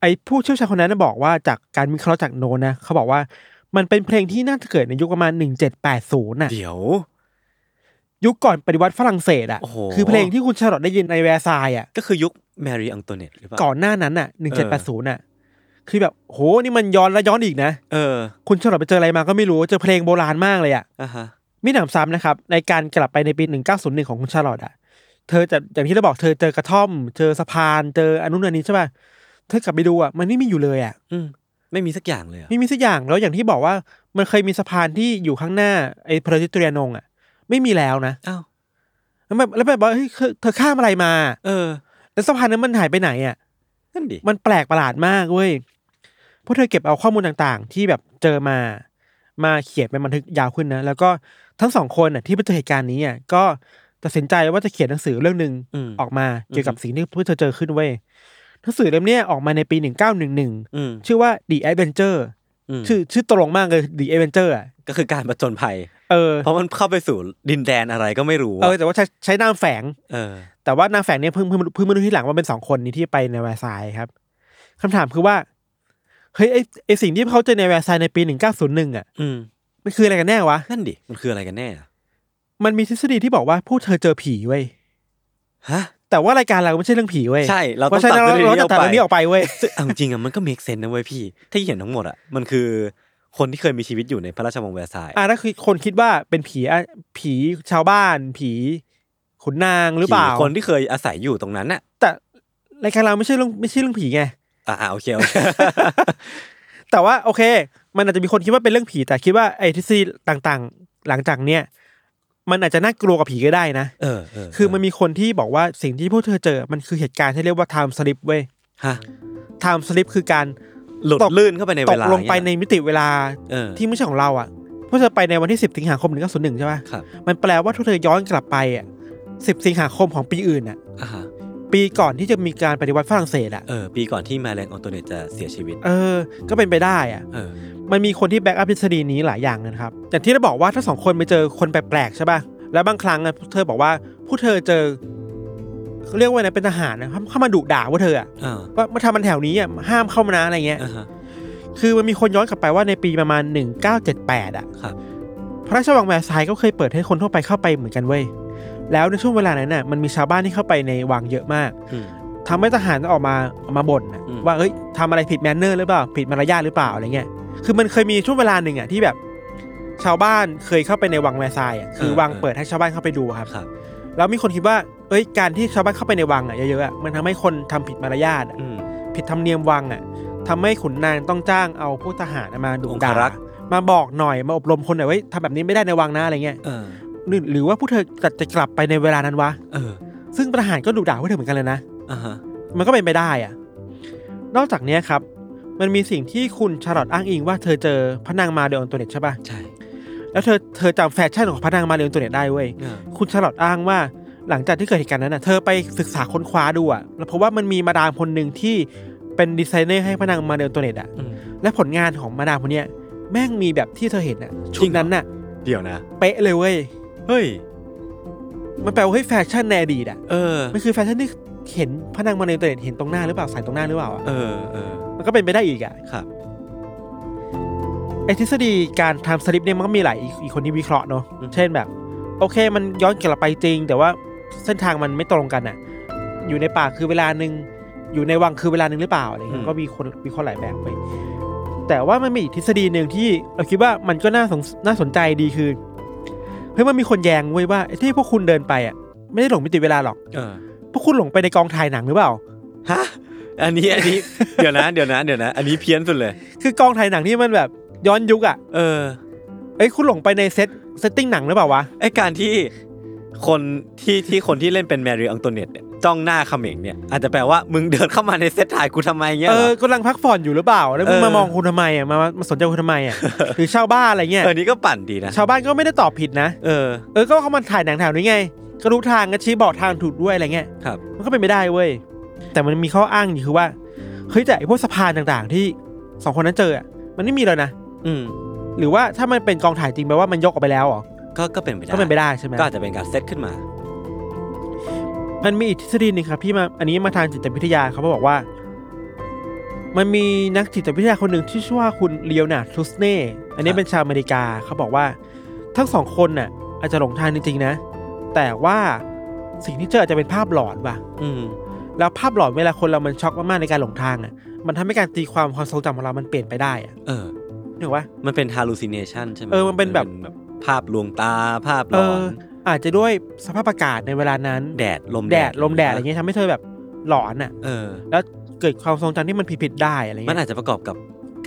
C: ไอ้ผู้เชี่ยวชาญคนนั้นนะบอกว่าจากการวิเคราะห์จากโน้ตนะเขาบอกว่ามันเป็นเพลงที่น่าจะเกิดในยุคประมาณหนึ่งเจ็ดแปดศูนย์น่ะ
D: เดี๋ยว
C: ยุคก่อนปฏิวัติฝรั่งเศสอ่ะ
D: โอ้โห
C: คือเพลงที่คุณชาร์ลอตได้ยินในแวร์ซายน์อ่ะ
D: ก็คือยุคแมรี่อังโตเนตหรือเปล่า
C: ก่อนหน้านั้นอ่ะหนึ่งเจ็ดแปดศูนย์อ่ะคือแบบโหนี่มันย้อนและย้อนอีกนะ
D: เออ
C: คุณชาร์ลอตไปเจออะไรมาก็ไม่รู้เจอเพลงโบราณมากเลยอ่ะ
D: อ่ะฮะ
C: มิหนำซ้ำนะครับ ในการกลับไปในปีหนึ่งเก้าศูนย์หนึ่งของคุณชาร์ลอตอ่ะเธอจะอย่างที่เราบอกเธอเจอกระท่อม เจอสะพานเจออนนุนันนี้ใช่ป่ะเธอกลับไปดูอ่ะมันไม่มีอยู่เลยอ่ะ
D: อืม ไม่มีสักอย่างเลยอะ
C: ไม่มีสักอย่างแล้วอย่างที่บอกว่ามันเคยมีสะพานที่อยู่ข้างหน้าไอ้พระจิตรียานงอ่ะ ไม่มีแล้วนะ
D: อ้าว
C: แล้วแบบแล้วแบบว่าเฮ้ยเธอเธอข้ามอะไรมา
D: เออ
C: แล้วสะพานนั้นมันหายไปไหนอ่ะ
D: นั่นดิ
C: มันแปลกประหลาดมากเว้ยเพราะเธอเก็บเอาข้อมูลต่างๆ ที่แบบเจอมา มาเขียนเป็นบันทึกยาวขึ้นนะ แล้วก็ทั้งสองคนน่ะที่ไปเจอเหตุการณ์นี้อ่ะ ก็ตัดสินใจว่าจะเขียนหนังสือเรื่องหนึ่ง
D: อืม
C: ออกมาเกี่ยวกับสิ่งที่พวกเธอเจอขึ้นเว้ย หนังสือเล่มเนี้ยออกมาในปี 1911
D: อืม
C: ชื่อว่า The Adventure
D: ม
C: ชื่อชื่อตรงมากเลย The Adventure อ่ะ
D: ก็คือการประจนภัย
C: เออ
D: เพราะมันเข้าไปสู่ดินแดนอะไรก็ไม่รู้อะ
C: เออ แต่ว่าใช้ใช้นามแฝง
D: เออ
C: แต่ว่านางแฝงเนี่ยเพิ่งเพิ่งเพิ่งมารู้ที่หลังว่าเป็นสองคนนี้ที่ไปในแวร์ไซายน์ครับคำถามคือว่าเฮ้ยไอไอสิ่งที่เขาเจอในแวร์ไซายน์ในปีหนึ่งเก้าศูนย์หนึ่งอ่ะ
D: อืม
C: มันคืออะไรกันแน่วะ
D: นั่นดิ มันคืออะไรกันแน่อะ
C: มันมีทฤษฎีที่บอกว่าผู้เธอเจอผีเว้ย
D: ฮะ
C: แต่ว่ารายการเราไม่ใช่เรื่องผีเว้ย
D: ใช่เรา
C: เพราะฉะนั้น
D: ต้องตัดเรื่
C: เรา
D: องนี้
C: เราจะตัด
D: ออกไป
C: เรื่องนี้ออกไปเว้ย
D: ซึ่ง เอาจริงๆอะมันก็เมคเซนนะเว้ยพี่ ถ้าเห็นทั้งหมดอะมันคือคนที่เคยมีชีวิตอยู่ในพระราชวังแวร์ไซน์
C: อ่ะถ้าคือคนคิดว่าเป็นผีอ่ะผีชาวบ้าน ผีขุนนางหรือเปล่า
D: คนที่เคยอาศัยอยู่ตรงนั้นน่ะ
C: แต่รายการเราไม่ใช่เรื่องไม่ใช่เรื่องผีไง
D: อ่าโอเคโอ เค
C: แต่ว่าโอเค มันอาจจะมีคนคิดว่าเป็นเรื่องผี แต่คิดว่าไอ้ทฤษฎีต่างๆ หลังจากเนี้ยมันอาจจะน่ากลัวกับผีก็ได้นะ
D: เออเเ
C: คือมันมีคนที่บอกว่าสิ่งที่พวกเธอเจอ มันคือเหตุการณ์ที่เรียกว่า time slip เว้ย
D: ฮะ
C: time slip คือการ
D: หลุดลื่นเข้าไปใน
C: ต
D: เว
C: ก
D: ลา
C: ลงไปในมิติเวลา
D: เออ
C: ที่ไม่ใช่ของเราอ่ะพวกเธอไปในวันที่ 10 สิงหาคม1901ใช่ป่ะ
D: ครับ
C: มันแปลว่าพวกเธอย้อนกลับไปอ่ะ10 สิงหาคมของปีอื่นอ่ะ
D: อ่าฮะ
C: ปีก่อนที่จะมีการปฏิวัติฝรั่งเศสอ่ะ
D: เออ ปีก่อนที่มาแรงออโตเนตจะเสียชีวิต
C: เออ ก็เป็นไปได้อ่ะ
D: เออ
C: มันมีคนที่แบ็กอัพทฤษฎีนี้หลายอย่างนะครับ แต่ที่เราบอกว่าถ้าสองคนไปเจอคนแปลกๆใช่ป่ะ แล้วบางครั้งอะเธอบอกว่าผู้เธอเจอเขาเรียกว่าไงนะเป็นทหารนะเข้ามาดุด่าว่าเธออะ
D: อ่า
C: ว่ามาทำมันแถวนี้อะห้ามเข้ามานะอะไรเงี้ย
D: อ่าฮะ
C: คือมันมีคนย้อนกลับไปว่าในปีประมาณ 1978อะ
D: ครับ
C: พระราชวังแวร์ซายน์ก็เคยเปิดให้คนทั่วไปเข้าไปเหมือนกันเว้ย แล้วในช่วงเวลานั้นน่ะมันมีชาวบ้านที่เข้าไปในวังเยอะมาก
D: อืม
C: ทำให้ทหารออกมาออกมาบ่นน่ะ
D: อืม
C: ว่าเฮ้ยทำอะไรผิดแมนเนอร์หรือเปล่า ผิดมารยาทหรือเปล่าอะไรเงี้ย คือมันเคยมีช่วงเวลาหนึ่งอ่ะที่แบบ ชาวบ้านเคยเข้าไปในวังแวร์ซายน์อะคือวังเปิดให้ชาวบ้านเข้าไปดูครับ
D: ครับ
C: แล้วมีคนคิดว่าเอ้ยการที่ชาวบ้านเข้าไปในวังอ่ะเยอะๆอะมันทำให้คนทำผิดมารยาทอะ
D: อืม
C: ผิดธรรมเนียมวังอ่ะทำให้ขุนนางต้องจ้างเอาผู้ทหารมาดุ
D: อง
C: ด่า
D: คารักษ์
C: มาบอกหน่อยมาอบรมคนหน่อยว่าเฮ้ยทำแบบนี้ไม่ได้ในวังนะอะไรเงี้ย
D: เออ
C: หรือหรือว่าผู้เธอจะกลับไปในเวลานั้นวะ
D: เออ
C: ซึ่งทหารก็ดุด่าพวกเธอเหมือนกันเลยนะ
D: อ่าฮะ
C: มันก็เป็นไปได้อะนอกจากเนี้ยครับ มันมีสิ่งที่คุณชาร์ลอตอ้างอิงว่าเธอเจอพระนางมาเดลออนโตัวเน็ตใช่ป่ะ
D: ใช่
C: แล้วเธอเธอจำแฟชั่นของพระนางมาเดลออนโตัวเน็ตได้เว้ย
D: เออ
C: คุณชาร์ลอตอ้างว่าหลังจากที่เกิดเหตุการณ์นั้นน่ะ เธอไปศึกษาค้นคว้าดูอะแล้วเพราะว่ามันมีมาดามคนหนึ่งที่เป็นดีไซเนอร์ให้พระนางมาเดลออนโตัวเน็ตอะ
D: อืม
C: และผลงานของมาดามคนเนี้ย แม่งมีแบบที่เธอเห็นน่ะชุดนั้นน่ะ
D: เดี๋ยวนะ
C: เป๊ะเลยเว้ย
D: เฮ้ย
C: มันแปลว่าเฮ้ยแฟชั่นในอดีตอ่ะ
D: เออ
C: มันคือแฟชั่นที่เห็นพนังมาในอินเทอร์เน็ตเห็นตรงหน้าหรือเปล่าใส่ตรงหน้าหรือเปล่าอะ
D: เออ เออ
C: มันก็เป็นไปได้อีกอ่ะ
D: ครับ
C: ไอทฤษฎีการทำสลิปเนี่ยมันก็มีหลายอีกอีกคนที่วิเคราะห์เนาะ
D: อืม
C: เช่นแบบ โอเคมันย้อนกลับไปจริง แต่ว่าเส้นทางมันไม่ตรงกันอ่ะ อยู่ในป่าคือเวลาหนึ่งอยู่ในวังคือเวลาหนึ่งหรือเปล่าอะไรเงี้ยก็มีคนวิเคราะห์หลายแบบไปแต่ว่ามันมีอีกทฤษฎีหนึ่งที่เราคิดว่ามันก็น่าสนน่าสนใจดีคือเฮ้ยมันมีคนแย้งเว้ยว่าไอ้ที่พวกคุณเดินไปอ่ะไม่ได้หลงมิติเวลาหรอก
D: เออ
C: พวกคุณหลงไปในกองถ่ายหนังหรือเปล่า
D: ฮะ อันนี้ อันนี้ เดี๋ยวนะ เดี๋ยวนะ เดี๋ยวนะ อันนี้เพี้ยนสุดเลย
C: คือกองถ่ายหนังนี่มันแบบย้อนยุคอะ
D: เออ
C: เอ้ยคุณหลงไปในเซตเซตติ้งหนังหรือเปล่าวะ
D: ไอการที่คนที่ที่คนที่เล่นเป็นแมรี่อังโตเนตเนี่ยจ้องหน้าเขม่งเนี่ยอาจจะแปลว่ามึงเดินเข้ามาในเซตถ่ายกูทำไมเงี้ย
C: เอ
D: เหร
C: อ
D: อ
C: กำลังพักผ่อนอยู่หรือเปล่า แล้วมึง
D: เออ
C: มามองคุณทำไมอะมามามาสนใจคุณทำไม อะ หรือชาวบ้านอะไรเงี้ย
D: เออนี่ก็ปั่นดีนะ
C: ชาวบ้านก็ไม่ได้ตอบผิดนะ
D: เออ
C: เออก็เขามาถ่ายหนังแถวนี้ไง ก็รู้ทางก็ชี้บอกทางถูกด้วยอะไรเงี้ย
D: ครับ
C: มันก็เป็นไม่ได้เว้ยแต่มันมีข้ออ้างอยู่คือว่าเฮ้ยแต่ไอ้พวกสะพานต่างๆ ที่สองคนนั้นเจออะมันไม่มีแล้วนะ
D: อืม
C: หรือว่าถ้ามันเป็นกองถ่ายจริงแปลว่ามันยกออกไปแล้วเหรอ
D: ก็ก็เป็นไปได้
C: ก็เป็นไปได้ใช่ไหม
D: ก็อาจจะเป็นการเซตขึ้นมา
C: มันมีอีกทฤษฎีหนึ่งครับพี่มาอันนี้มาทางจิตวิทยาเขาบอกว่า มันมีนักจิตวิทยาคนหนึ่งที่ชื่อว่าคุณเลโอนาร์ดทูสเน่อัน
D: ค
C: นี้
D: รับ
C: เป็นชาวอเมริกาเขาบอกว่า ทั้งสองคนน่ะ อาจจะหลงทางจริงๆนะ แต่ว่าสิ่งที่เจออาจจะเป็นภาพหลอนว่ะ
D: อืม
C: แล้วภาพหลอนเวลาคนเรามันช็อกมากๆในการหลงทางอ่ะมันทำให้การตีความความทรงจำของเรามันเปลี่ยนไปได้อ่ะ
D: เออ
C: นึกว่า
D: มันเป็น hallucination ใช่ไหม
C: เออมันเป็นแบบ
D: ภาพลวงตาภาพหล
C: เอ
D: อ
C: อน อาจจะด้วยสภาพอากาศในเวลานั้น
D: แดดลม
C: แดดลมแดดอะไรเงี้ยทำให้เธอแบบหลอนอ่ะ
D: เออ
C: แล้วเกิดความทรงจำที่มันผิดๆได้อะไร
D: มั
C: เงี้
D: น
C: ย
D: อาจจะประกอบกับ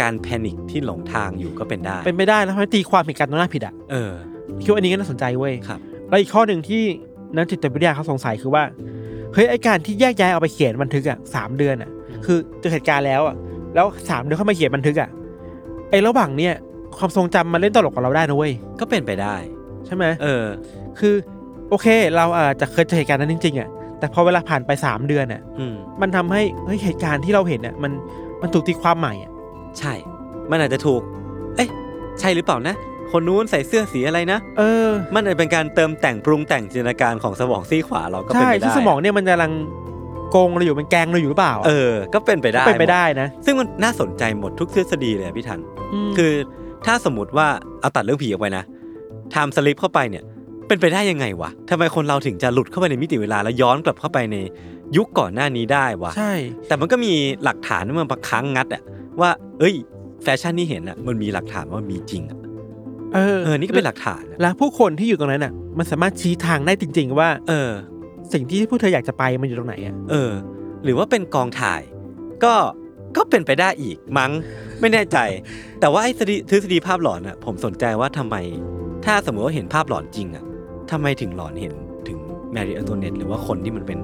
D: การแพนิคที่หลงทางอยู่ก็เป็นได้
C: เป็นไม่ได้นะเพราะตีความเหตุการณ์ตรงหน้าผิดอ่ะ
D: เออ
C: คิดว่าอันนี้ก็น่าสนใจเว้ย
D: ครับ
C: แล้วอีกข้อหนึ่งที่นักจิตวิทยาเขาสงสัยคือว่าเฮ้ยไอการที่แยกย้ายเอาไปเขียนบันทึกอ่ะสามเดือนอ่ะ คือเจอเหตุการณ์แล้วอ่ะแล้วสามเดือนเข้ามาเขียนบันทึกอ่ะไอระหว่างเนี่ยความทรงจำมันเล่นตลกกับเราได้นะเว้ย
D: ก็เป็นไปได้
C: ใช่ไหม
D: เออ
C: คือ โอเค เราอาจจะเคยเจอเหตุการณ์นั้นจริงๆอ่ะแต่พอเวลาผ่านไปสามเดือนอ่ะ
D: อืม
C: มันทำให้เฮ้ยเหตุการณ์ที่เราเห็นอ่ะมันมันถูกตีความใหม่อ่ะ
D: ใช่ มันอาจจะถูก เอ้ย ใช่หรือเปล่านะ คนนู้นใส่เสื้อสีอะไรนะ
C: เออ
D: มันอาจจะเป็นการเติมแต่งปรุงแต่งจินตนาการของสมองซี่ขวาเราก็เป็น
C: ใช่
D: ไปได้
C: ที่สมองเนี่ยมันกำลังโกงเราอยู่มันแกงเราอยู่หรือเปล่า
D: เออ ก็เป็นไปได้
C: เป็นไปได้นะ
D: ซึ่งมันน่าสนใจหมดทุกทฤษฎีเลยอะพี่ทัน
C: ม
D: คือถ้าสมมติว่าเอาตัดเรื่องผีออกไปนะไทม์สลิปเข้าไปเนี่ย เป็นไปได้ยังไงวะทำไมคนเราถึงจะหลุดเข้าไปในมิติเวลาแล้วย้อนกลับเข้าไปในยุคก่อนหน้านี้ได้วะ
C: ใช่
D: แต่มันก็มีหลักฐานที่มันประค้างงัดอะว่า เอ้ย แฟชั่นที่เห็นอะมันมีหลักฐานว่ามีจริงอะ
C: เออ
D: เออนี่ก็เป็นหลักฐานอะ
C: แล้วผู้คนที่อยู่ตรงนั้นน่ะ มันสามารถชี้ทางได้จริง ๆ ว่า
D: เออ
C: สิ่งที่ผู้เธออยากจะไปมันอยู่ตรงไหนอ่ะ
D: เออ หรือว่าเป็นกองถ่าย ก็ก็เป็นไปได้อีกมั้งไม่แน่ใจ แต่ว่าไอ้ทฤษฎีทฤษฎีภาพหลอนอะผมสนใจว่าทำไม ถ้าสมมติว่าเห็นภาพหลอนจริงอะทำไมถึงหลอนเห็นถึงแมรี่อันโตเนตหรือว่าคนที่มันเป็น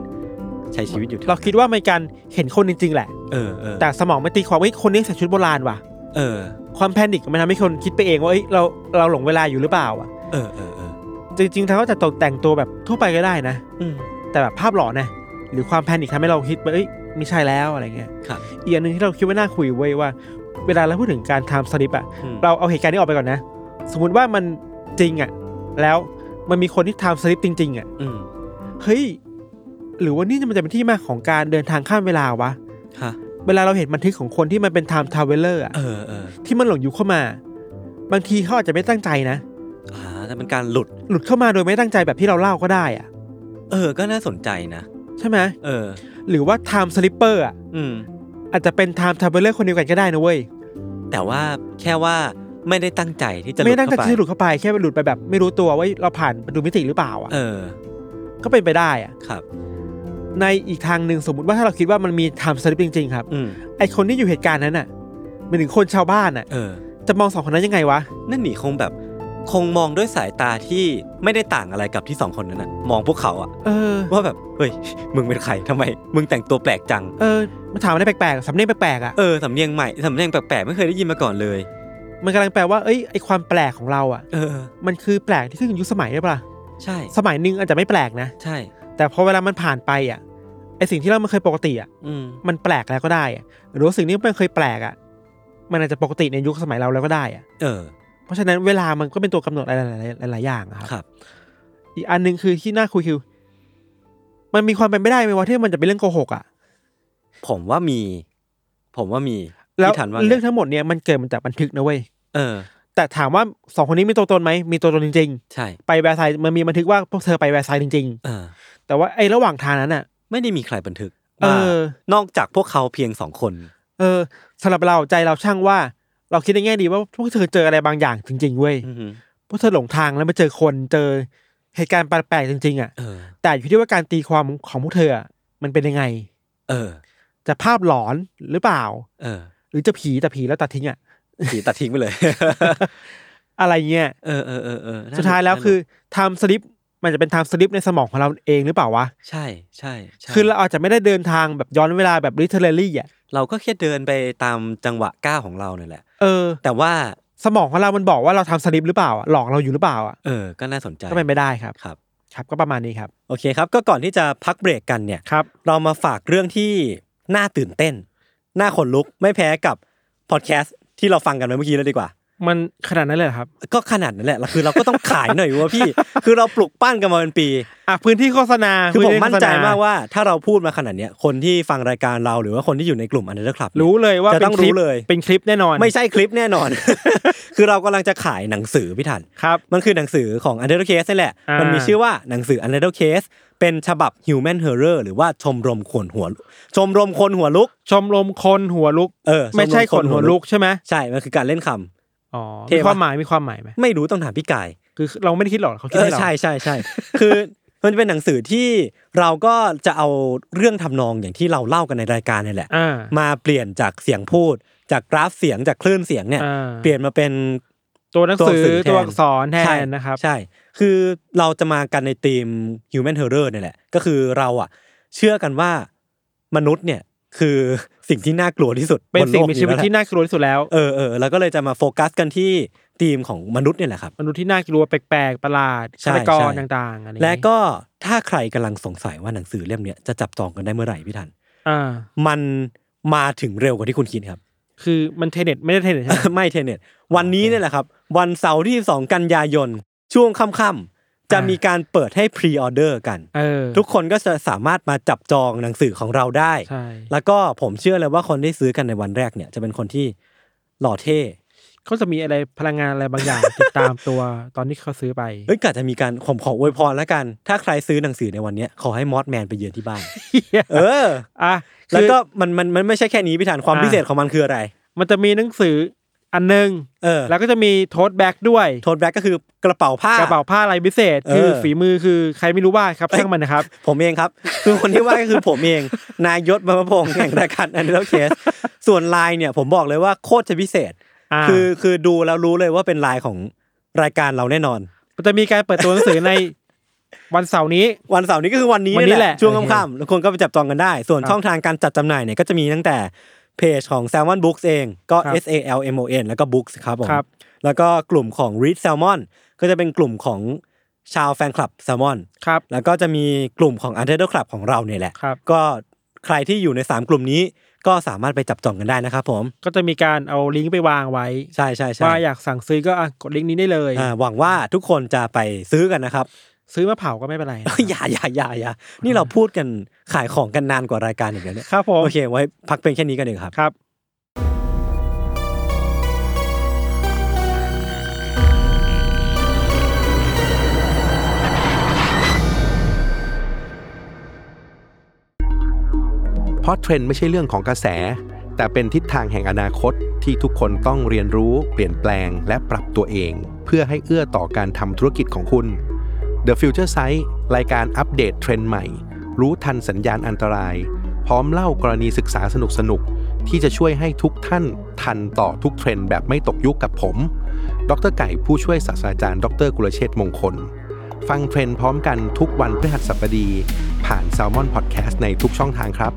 D: ใช้ชีวิตอยู่แถว
C: เราคิดว่ามันการเห็นคนจริง ๆ แหละ
D: เออเออ
C: แต่สมองมันตีความว่าเฮ้ยคนนี้ใส่ชุดโบราณว่ะ
D: เออ
C: ความแพนิคมันทำให้คนคิดไปเองว่าเอ้ยเราเราหลงเวลาอยู่หรือเปล่าอ่ะ
D: เออเออเออ
C: จริงๆทางก็จะตกแต่งตัวแบบทั่วไปก็ได้นะ
D: อืม
C: แต่แบบภาพหลอนนะหรือความแพนิคทำให้เราคิดว่าเอ้ยไม่ใช่แล้วอะไรเงี้ย
D: ครับ
C: อีกอันหนึ่งที่เราคิดว่าน่าคุยเว้ยว่า เวลาเราพูดถึงการทำสลิปอ่ะ
D: อืม
C: เราเอาเหตุการณ์นี้ออกไปก่อนนะ สมมติว่ามันจริงอะ่ะ แล้วมันมีคนที่ไทำสลิปจริง ๆอะ่ะ
D: อืม
C: เฮ้ย หรือว่านี่มันจะเป็นที่มาของการเดินทางข้ามเวลาวะ
D: ฮะ
C: เวลาเราเห็นบันทึกของคนที่มันเป็นไทม์ทาวเวลเลอร์อ่ะ
D: เออเออ
C: ที่มันหลงอยู่เข้ามา บางทีเขาอาจจะไม่ตั้งใจนะ
D: อ่าแต่เป็นการหลุด
C: หลุดเข้ามาโดยไม่ตั้งใจแบบที่เราเล่าก็ได้อ่ะ
D: เออ ก็น่าสนใจนะ
C: ใช่ไหม
D: เออ
C: หรือว่าไทม์สลิปเปอร์อ่ะ
D: อืม
C: อาจจะเป็นไทม์ทาวเวลเลอร์คนเดียวกันก็ได้นะเว้ย
D: แต่ว่าแค่ว่าไม่ได้ตั้งใจที่จะหลุด
C: ไม่ตั้งใจ
D: เข้าไป
C: ที่จะหลุดเข้าไป แค่หลุดไปแบบ ไม่รู้ตัวว่าเราผ่านประตูมิติหรือเปล่าอ่ะ
D: เออ
C: ก็เป็นไปได้อ่ะ
D: ครับ
C: ในอีกทางหนึ่งสมมติว่าถ้าเราคิดว่ามันมีไทม์สลิปจริงๆครับ
D: อืม
C: ไอคนที่อยู่เหตุการณ์นั้นน่ะหมันถึงคนชาวบ้านน่ะ
D: เออ
C: จะมองสองคนนั้นยังไงวะ
D: นั่นหนีคงแบบคงมองด้วยสายตาที่ไม่ได้ต่างอะไรกับที่สองคนนั้นนะมองพวกเขาอะ
C: เออ
D: ว่าแบบเฮ้ย มึงเป็นใครทำไม มึงแต่งตัวแปลกจัง
C: เออมาถามอะไรแปลกๆสำเนียงแปลกๆอ่ะ
D: เออสำเนียงใหม่สำเนียงแปลกๆไม่เคยได้ยินมาก่อนเลย
C: มันกำลังแปลว่าเอ้ยไอความแปลกของเราอ่ะ
D: เออ
C: มันคือแปลกที่ขึ้นอยู่กับยุคสมัยหรือเปล่า
D: ใช่
C: สมัยหนึ่งอาจจะไม่แปลกนะ
D: ใช่
C: แต่พอเวลามันผ่านไปอ่ะไอสิ่งที่เรามันเคยปกติอ่ะ
D: อืม
C: มันแปลกแล้วก็ได้อะหรือว่าสิ่งนี้มันเคยแปลกอ่ะ มันอาจจะปกติในยุคสมัยเราแล้วก็ได้อะ
D: เออ
C: เพราะฉะนั้นเวลามันก็เป็นตัวกำหนดอะไรหลายๆหลายๆอย่างอะครับ
D: ครับ
C: อีกอันหนึ่งคือที่น่าคุยคือ มันมีความเป็นไปได้ไหมว่าที่มันจะเป็นเรื่องโกหกอ่ะ
D: ผมว่ามี ผมว่ามี
C: แล้ว
D: พี่ทันว่า
C: เรื่อง
D: ไ
C: ทั้งหมดเนี่ยมันเกิดมาจากบันทึกนะเว้ย
D: เออ
C: แต่ถามว่าสองคนนี้มีตัวตนไหม มีตัวตนจริง
D: ใช่
C: ๆ ไปแวร์ไซน์มันมีบันทึกว่าพวกเธอไปแวร์ไซน์จริง
D: เออ
C: ๆ แต่ว่าไอ้ระหว่างทางนั้นอ่ะ
D: ไม่ได้มีใครบันทึก
C: เอ
D: ว่า
C: อ
D: นอกจากพวกเขาเพียงสองคน
C: เออสำหรับเราใจเราช่างว่า เราคิดในแง่ดีว่าพวกเธอเจออะไรบางอย่างจริง ๆ เว้ย
D: อือหือ
C: พวกเธอหลงทางแล้วมาเจอคนเจอเหตุการณ์แปลกๆจริง ๆ อ่ะ
D: เออ
C: แต่อยู่ที่ว่าการตีความของพวกเธออะมันเป็นยังไง
D: เออ
C: จะภาพหลอนหรือเปล่า
D: เออ
C: หรือจะผีแต่ผีแล้วตัดทิ้งอ่ะ
D: ผีตัดทิ้งไปเลย
C: อะไรเงี้ย
D: เออเออเออเออน่
C: สุดท้ายแล้วคือไทม์สลิปมันจะเป็นไทม์สลิปในสมองของเราเองหรือเปล่าวะ
D: ใช่ใช่ใช่
C: คือเราอาจจะไม่ได้เดินทางแบบย้อนเวลาแบบลิเทเรลี่อ่ะ
D: เราก็แค่เดินไปตามจังหวะก้าวของเราเนี่ยแหละ
C: เออ
D: แต่ว่า
C: สมองของเรามันบอกว่าเราทำสลิปหรือเปล่าอะหลอกเราอยู่หรือเปล่าอ่ะ
D: เออ ก็น่าสนใจ
C: ก็เป็นไปได้ครับ
D: ครับ
C: ครับ ก็ประมาณนี้ครับ
D: โอเคครับ ก็ก่อนที่จะพักเบรกกันเนี่ย
C: ครับ
D: เรามาฝากเรื่องที่น่าตื่นเต้น น่าขนลุกไม่แพ้กับพอดแคสต์ที่เราฟังกันไปเมื่อกี้เลยดีกว่า
C: มันขนาดนั้นเลยเหรอครับ
D: ก็ขนาดนั้นแหละแล้วคือเราก็ต้องขายห น่อยเว่าพี่ คือเราปลุกปั้นกันมาเป็นปี
C: อ่ะพื้นที่โฆษณา
D: คือผม
C: พื้ที่
D: มั่นใจ
C: โฆษณ
D: มากว่าถ้าเราพูดมาขนาดเนี้ยคนที่ฟังรายการเราหรือว่าคนที่อยู่ในกลุ่มอันเดอร์คลับ
C: รู้เลยว่า
D: จะต้อง
C: ป็นคป
D: รู้เลย
C: เป็นคลิปแน่นอน
D: ไม่ใช่คลิปแน่น อน คือเรากำลังจะขายหนังสือพี่ทัน
C: ครับ
D: มันคือหนังสือของ u n d e r t a l Case นี่แหละ
C: อ่ามั
D: มันมีชื่อว่าหนังสือ u n d e r t a l Case เป็นฉบับ Human Horror หรือว่าชมรมคนหัวลุกชมรมคนหัวลุก
C: ชมรมคนหัวลุก
D: เออ
C: ไม่ใช่คนหัวลุกใช่ไหม
D: ใช่ มันคือการเล่นคำ
C: อ๋อ
D: เท่
C: มี
D: ปะ
C: ความหมายมีความหมายไหม
D: ไม่รู้ต้องถามพี่กาย
C: คือเราไม่ได้คิดหรอกเขาคิ
D: เออ
C: ดให้เรา
D: ใช่ใช่ใช่ คือมันจะเป็นหนังสือที่เราก็จะเอาเรื่องทำนองอย่างที่เราเล่ากันในรายการนี่แหละ
C: อ่า
D: มาเปลี่ยนจากเสียงพูด จากกราฟเสียงจากคลื่นเสียงเนี่ย
C: อ่า
D: เปลี่ยนมาเป็น
C: ตัวหนังสือ
D: ตัวหนังสือแทน
C: ตัวอักษรแท
D: ใช่
C: นนะครับ
D: ใช่ คือเราจะมากันในธีม human horror เนี่ยแหละ ก็คือเราอ่ะ เชื่อกันว่ามนุษย์เนี่ยคือสิ่งที่น่ากลัวที่สุด
C: เป็น
D: บ
C: สิ่ง
D: โลก
C: มีชีวิ
D: แล้
C: ต
D: แหละ
C: ที่น่ากลัวที่สุดแล้ว
D: เออเออแล้วก็เลยจะมาโฟกัสกันที่ธีมของมนุษย์เนี่ยแหละครับ
C: มนุษย์ที่น่ากลัวแปลกๆประหลาด
D: ใช่
C: ฆาตกร
D: ใช่
C: ต่างๆอะไรอย่าง
D: และ
C: งี้
D: ก็ถ้าใครกำลังสงสัยว่าหนังสือเล่มเนี้ยจะจับจองกันได้เมื่อไหร่พี่ทัน
C: อ่า
D: มันมาถึงเร็วกว่าที่คุณคิดครับ
C: คือมันเทเน็ตไม่ได้เทเน็ตใช่ไหม
D: ไม่เทเน็ตวันนี้เนี่ยแหละครับ วันเสาร์ที่2กันยายนช่วงค่ำๆจะ
C: อ่ามี
D: มีการเปิดให้พรีออเดอร์กัน
C: เออ
D: ทุกคนก็จะสามารถมาจับจองหนังสือของเราได้
C: ใช่
D: แล้วก็ผมเชื่อเลยว่าคนที่ซื้อกันในวันแรกเนี่ย จะเป็นคนที่หล่อเท่
C: เขาจะมีอะไรพลังงานอะไรบางอย่าง ติดตามตัว ตอนที่เขาซื้อไป
D: เอ้ยกะจะมีการผมขออวยพรแล้วกัน ถ้าใครซื้อหนังสือในวันเนี้ยขอให้มอสแมนไปเยือนที่บ้าน เออ
C: อ่ะคื
D: แล้ว
C: อ
D: ก็มันมันมันไม่ใช่แค่นี้พี่ฐานความ
C: อ่า
D: พิเศษของมันคืออะไร
C: มันจะมีหนังสืออันหนึง
D: เออ
C: แล้วก็จะมีโทสแบ็กด้วย
D: โทนแบล็กก็คือกระเป๋าผ้าก ก
C: ระเป๋าผ้าลายพิเศษ คือ
D: เออ
C: ฝีมือคือใครไม่รู้ว่าครับช่างมันนะครับ
D: ผมเองครับ คือคนที่ว่าก็คือผมเอง นายยศบรรพพงษ์แห่งรายการอันเดอร์เคส ส่วนลายเนี่ยผมบอกเลยว่าโคตรจะพิเศษ
C: อ่า
D: คือคือดูแล้วรู้เลยว่าเป็นลายของรายการเราแน่นอน
C: มันจะมีการเปิดตัวหนังสือใน วันเสาร์นี้
D: วันเสาร์นี้ก็คือวันนี้
C: วันนี้
D: นี่แห
C: แห
D: ละ
C: ละ
D: ช่วง
C: โอเค
D: ค่ำๆแล้วคนก็ไปจับจองกันได้ ส่วน
C: ครับ
D: ช่องทางการจัดจำหน่ายเนี่ยก็จะมีตั้งแต่เพจของ Salmon Books เองก็
C: ครับ
D: S A L M O N แล้วก็ Books ครับผม
C: ครับ
D: แล้วก็กลุ่มของ Read Salmon ก็จะเป็นกลุ่มของชาวแฟนคลับ Salmon
C: ครับ
D: แล้วก็จะมีกลุ่มของ u n t e r t a l Club ของเราเนี่ยแหละ
C: ครับ
D: ก็ใครที่อยู่ใน 3 กลุ่มนี้ก็สามารถไปจับจองกันได้นะครับผม
C: ก็จะมีการเอาลิงก์ไปวางไว้
D: ใช่ใช่ใช่
C: ว่าอยากสั่งซื้อก็อ่ะกดลิงก์นี้ได้เลย
D: อ่าหวังว่าทุกคนจะไปซื้อกันนะครับ
C: ซื้อมาเผาก็ไม่เป็นไรนะครับ
D: อย่า อย่าอย่าอย่านี่เราพูดกันขายของกันนานกว่ารายการอีกแล้วเนี่ย
C: ครับผม
D: โอเค ไว้พักเป็นแค่นี้กันเองครับ
C: ครับ
E: เพราะเทรนด์ไม่ใช่เรื่องของกระแส แต่เป็นทิศทางแห่งอนาคตที่ทุกคนต้องเรียนรู้ เปลี่ยนแปลง และปรับตัวเอง เพื่อให้เอื้อต่อการทำธุรกิจของคุณ The Future Site รายการอัปเดตเทรนด์ใหม่ รู้ทันสัญญาณอันตราย พร้อมเล่ากรณีศึกษาสนุกๆ ที่จะช่วยให้ทุกท่านทันต่อทุกเทรนด์แบบไม่ตกยุคกับผม ดรไก่ผู้ช่วยศาสตราจารย์ ดรกุลเชษฐ์มงคล ฟังเทรนด์พร้อมกันทุกวันพฤหัสบดี ผ่าน s ซ l m o n Podcast ในทุกช่องทางครับ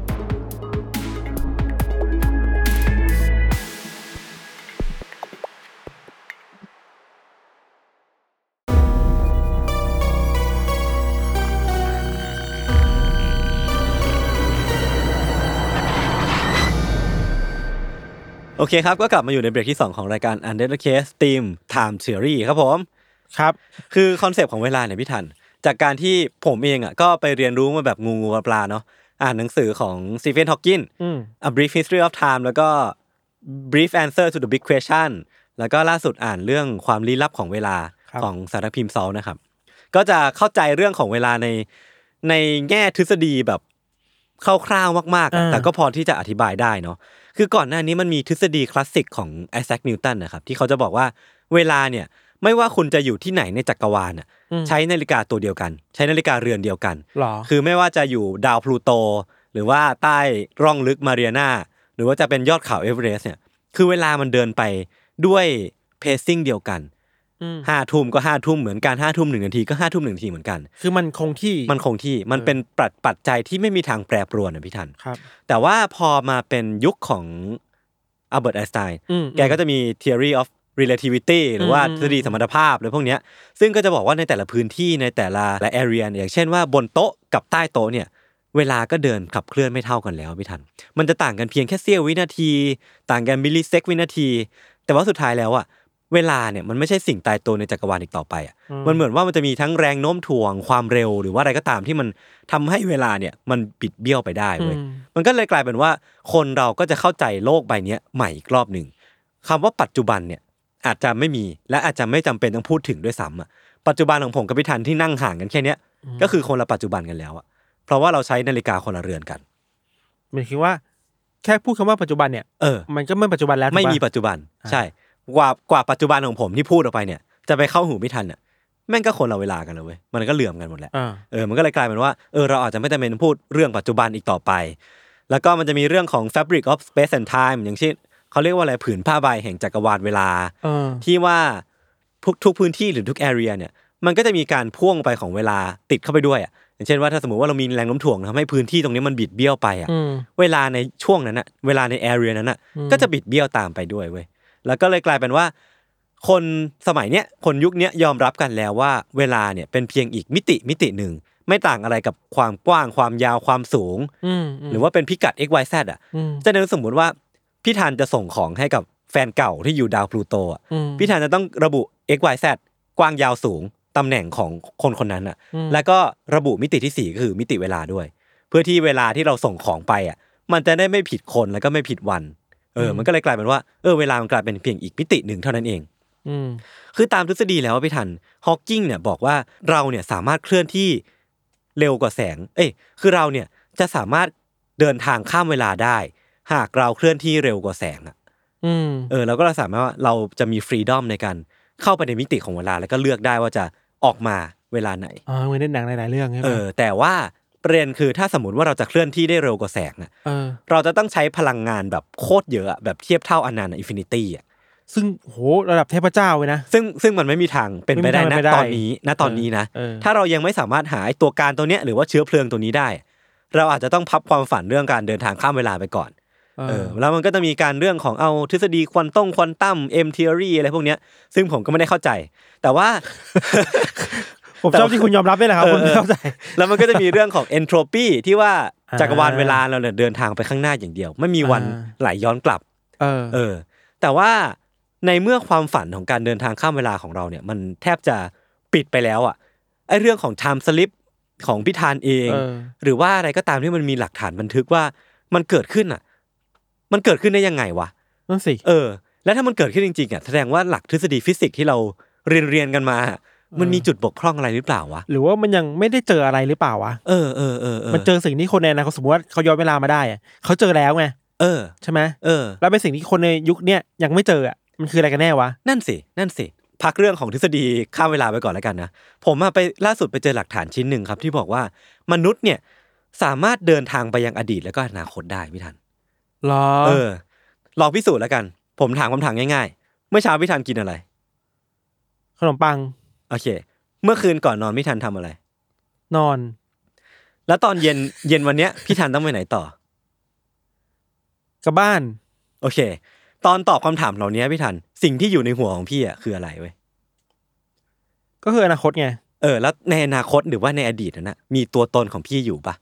D: โอเคครับ ก็กลับมาอยู่ในเบรกที่ 2 ของรายการ u n d e r Case Team Time Theory ครับผม
C: ครับ
D: คือคอนเซปต์ของเวลาเนี่ยพี่ทัน จากการที่ผมเองอ่ะก็ไปเรียนรู้มาแบบงูงูปลาปลาเนาะอ่านหนังสือของซีเฟนฮอกกิน
C: อืม
D: A Brief History of Time แล้วก็ Brief Answer to the Big Question แล้วก็ล่าสุดอ่านเรื่องความลี้ลับของเวลา
C: ครับ
D: ของสารพิมพ์ซอลนะครับ ก็จะเข้าใจเรื่องของเวลาในในแง่ทฤษฎีแบบคร่าวๆมากๆอะ
C: อ่า
D: แต่ก็พอที่จะอธิบายได้เนาะคือก่อนหน้านี้มันมีทฤษฎีคลาสสิกของไอแซคนิวตันนะครับ ที่เขาจะบอกว่าเวลาเนี่ยไม่ว่าคุณจะอยู่ที่ไหนในจักรวาลอะใช้นาฬิกาตัวเดียวกัน ใช้นาฬิกาเรือนเดียวกัน
C: หรอ
D: คือไม่ว่าจะอยู่ดาวพลูโต หรือว่าใต้ร่องลึกมาเรียนาหรือว่าจะเป็นยอดเขาเอเวอเรสต์เนี่ยคือเวลามันเดินไปด้วยเพซซิ่งเดียวกัน
C: อืม
D: ห้าทุ่มก็ห้าทุ่มเหมือนกันห้าทุ่มหนึ่งนาทีก็ห้าทุ่มหนึ่งนาทีเหมือนกัน
C: คือมันคงที่
D: มันคงที่มันเป็นปัจปัจจัยที่ไม่มีทางแปรปรวนนะพี่ทัน
C: ครับ
D: แต่ว่าพอมาเป็นยุคของอัลเบิร์ตไอน์สไตน์
C: อืม
D: แกก็จะมี theory of relativity หรือว่า
C: อืม
D: ทฤษฎีสมรรถภาพอะไรพวกเนี้ย ซึ่งก็จะบอกว่าในแต่ละพื้นที่ในแต่ละละ area เนี่ยอย่างเช่นว่าบนโต๊ะกับใต้โต๊ะเนี่ย เวลาก็เดินขับเคลื่อนไม่เท่ากันแล้วพี่ทัน มันจะต่างกันเพียงแค่เสี้ยววินาที ต่างกันมิลลิเซกวินาที แต่ว่าสุดท้ายแล้วอะเวลาเนี่ยมันไม่ใช่สิ่งตายตัวในจักรวาลอีกต่อไปอะมันเหมือนว่ามันจะมีทั้งแรงโน้มถ่วงความเร็ว หรือว่าอะไรก็ตามที่มันทำให้เวลาเนี่ยมันบิดเบี้ยวไปได้เว้ย
C: อืม
D: มันก็เลยกลายเป็นว่าคนเราก็จะเข้าใจโลกใบเนี้ยใหม่อีกรอบหนึ่งคำว่าปัจจุบันเนี่ยอาจจะไม่มีและอาจจะไม่จำเป็นต้องพูดถึงด้วยซ้ำอ่ะปัจจุบันของผมกับพิธันที่นั่งห่างกันแค่เนี้ยก็คือคนละปัจจุบันกันแล้วอ่ะเพราะว่าเราใช้นาฬิกาคนละเรือนกัน
C: หมายถึงว่า แค่พูดคำว่าปัจจุบันเนี่ย
D: เออ
C: มันก็ไม่ปัจจุบันแล้ว
D: ไม่มี
C: ถูกปะ
D: ปัจจุบัน
C: อ่า
D: ใช่กว่ากว่าปัจจุบันของผมที่พูดออกไปเนี่ย จะไปเข้าหูพิธันอ่ะแม่งก็คนละเวลากันเลยเว้ยมันก็เหลื่อมกันหมดแหละ
C: อ่า
D: เออ มันก็เลยกลายเป็นว่า เออ เราอาจจะไม่จำเป็นต้องพูดเรื่องปัจจุบันอีกต่อไป แล้วก็มันจะมีเรื่องของ fabric of space and time อย่างเช่นเขาเรียกว่าอะไร ผืนผ้าใบแห่งจักรวาลเวลา
C: เออ
D: ที่ว่าทุกทุกพื้นที่หรือทุก area เนี่ย มันก็จะมีการพ่วงไปของเวลาติดเข้าไปด้วยอ่ะ อย่างเช่นว่าถ้าสมมติว่าเรามีแรงโน้มถ่วงทำให้พื้นที่ตรงนี้มันบิดเบี้ยวไปอ่ะ
C: อืม
D: เวลาในช่วงนั้นอะเวลาใน area นั้นอะก็จะบิดเบี้ยวตามไปด้วยเว้ยแล้วก็เลยกลายเป็นว่า คนสมัยเนี้ยคนยุคเนี้ยยอมรับกันแล้วว่า เวลาเนี่ยเป็นเพียงอีกมิติมิติหนึ่ง ไม่ต่างอะไรกับความกว้างความยาวความสูง
C: อืม
D: หรือว่าเป็นพิกัด x y z อ่ะ
C: อืม
D: จะนั้นสมมุติว่าพี่ธันจะส่งของให้กับแฟนเก่าที่อยู่ดาวพลูโตอะ
C: อืม
D: พี่ธันจะต้องระบุ x y z กว้างยาวสูงตำแหน่งของคนคนนั้นอ่ะ
C: อืม
D: แล้วก็ระบุมิติที่สี่ก็คือมิติเวลาด้วย เพื่อที่เวลาที่เราส่งของไปอ่ะ มันจะได้ไม่ผิดคนแล้วก็ไม่ผิดวัน เออ มันก็เลยกลายเป็นว่าเออเวลามันกลายเป็นเพียงอีกมิติหนึ่งเท่านั้นเอง
C: อืม
D: คือตามทฤษฎีแล้วอะพี่ทันฮอว์กิงเนี่ยบอกว่าเราเนี่ยสามารถเคลื่อนที่เร็วกว่าแสง เอ้ยคือเราเนี่ยจะสามารถเดินทางข้ามเวลาได้ หากเราเคลื่อนที่เร็วกว่าแสงอ่ะ
C: อืม
D: เออเราก็สามารถว่าเราจะมีฟรีดอมในการเข้าไปในมิติของเวลาแล้วก็เลือกได้ว่าจะออกมาเวลาไหน
C: อ่าเหมือนในหนังหลายๆเรื่องใช่ไหม
D: เออแต่ว่าประเด็นคือถ้าสมมติว่าเราจะเคลื่อนที่ได้เร็วกว่าแสงน่ะ
C: เออ
D: เราจะต้องใช้พลังงานแบบโคตรเยอะอะแบบเทียบเท่าอนันต์อินฟินิตี้อ่ะ
C: ซึ่งโหระดับเทพเจ้าเลยนะ
D: ซึ่งซึ่งมันไม่มีทางเป็นไปได้นะ
C: ไม่มีทางเป็นไปได้
D: ตอนนี้นะตอนนี้นะ
C: เออ
D: ถ้าเรายังไม่สามารถหาไอ้ตัวการตัวเนี้ยหรือว่าเชื้อเพลิงตัวนี้ได้ เราอาจจะต้องพับความฝันเรื่องการเดินทางข้ามเวลาไปก่อน
C: เอ
D: เออแล้วมันก็จะมีการเรื่องของเอาทฤษฎีควอนตัมควอนตัมเอ็มทอรีอะไรพวกเนี้ยซึ่งผมก็ไม่ได้เข้าใจ แต่ว่า
C: ผมชอบที่คุณยอมรับด้วยแหละครับ
D: เอ
C: ผ
D: อ
C: ม
D: เออ
C: เข้าใจ
D: แล้วมันก็จะมีเรื่องของ entropy ที่ว่า
C: อ่า
D: จักรวาลเวลาเราเนี่ยเดินทางไปข้างหน้าอย่างเดียว ไม่มีวัน
C: อ่า
D: ไหลย้อนกลับ
C: เออ
D: เออ แต่ว่าในเมื่อความฝันของการเดินทางข้ามเวลาของเราเนี่ย มันแทบจะปิดไปแล้วอ่ะไอเรื่องของ time slip ของพิธานเอง
C: เออ
D: หรือว่าอะไรก็ตามที่มันมีหลักฐานบันทึกว่ามันเกิดขึ้นอ่ะ มันเกิดขึ้นได้ยังไงวะ
C: นั่นสิ
D: เออ แล้วถ้ามันเกิดขึ้นจริงๆอ่ะแสดงว่าหลักทฤษฎีฟิสิกส์ที่เราเรียนเรียนๆกันมา มันมีจุดบกพร่องอะไรหรือเปล่าวะ
C: หรือว่ามันยังไม่ได้เจออะไรหรือเปล่าวะ
D: เออเออเออเออ
C: มันเจอสิ่งที่คนในอนาคตสมมติว่าเขาย้อนเวลามาได้อะเขาเจอแล้วไง
D: เออ
C: ใช่ไหม
D: เออ
C: แล้วเป็นสิ่งที่คนในยุคเนี้ยยังไม่เจออะมันคืออะไรกันแน่วะ
D: นั่นสิ นั่นสิ พักเรื่องของทฤษฎีข้ามเวลาไปก่อนแล้วกันนะ ผมอะไปล่าสุดไปเจอหลักฐานชิ้นหนึ่งครับ ที่บอกว่ามนุษย์เนี่ยสามารถเดินทางไปยังอดีตแล้วก็อนาคตได้พี่ทัน
C: หรอ
D: เออ ลองพิสูจน์แล้วกัน ผมถามคำถามง่ายๆ เมื่อเช้าพี่ทันกินอะไร
C: ขนมปัง
D: โอเค เมื่อคืนก่อนนอนพี่ทันทำอะไร
C: นอน
D: แล้วตอนเย็น เย็นวันเนี้ยพี่ทันต้องไปไหนต่อ
C: กลับบ้าน
D: โอเค ตอนตอบคำถามเหล่านี้พี่ทัน สิ่งที่อยู่ในหัวของพี่อะคืออะไรเว้ย
C: ก็คืออนาคตไง
D: เออแล้วในอนาคตหรือว่าในอดีตนั้นนะมีตัวตนของพี่อยู่ปะ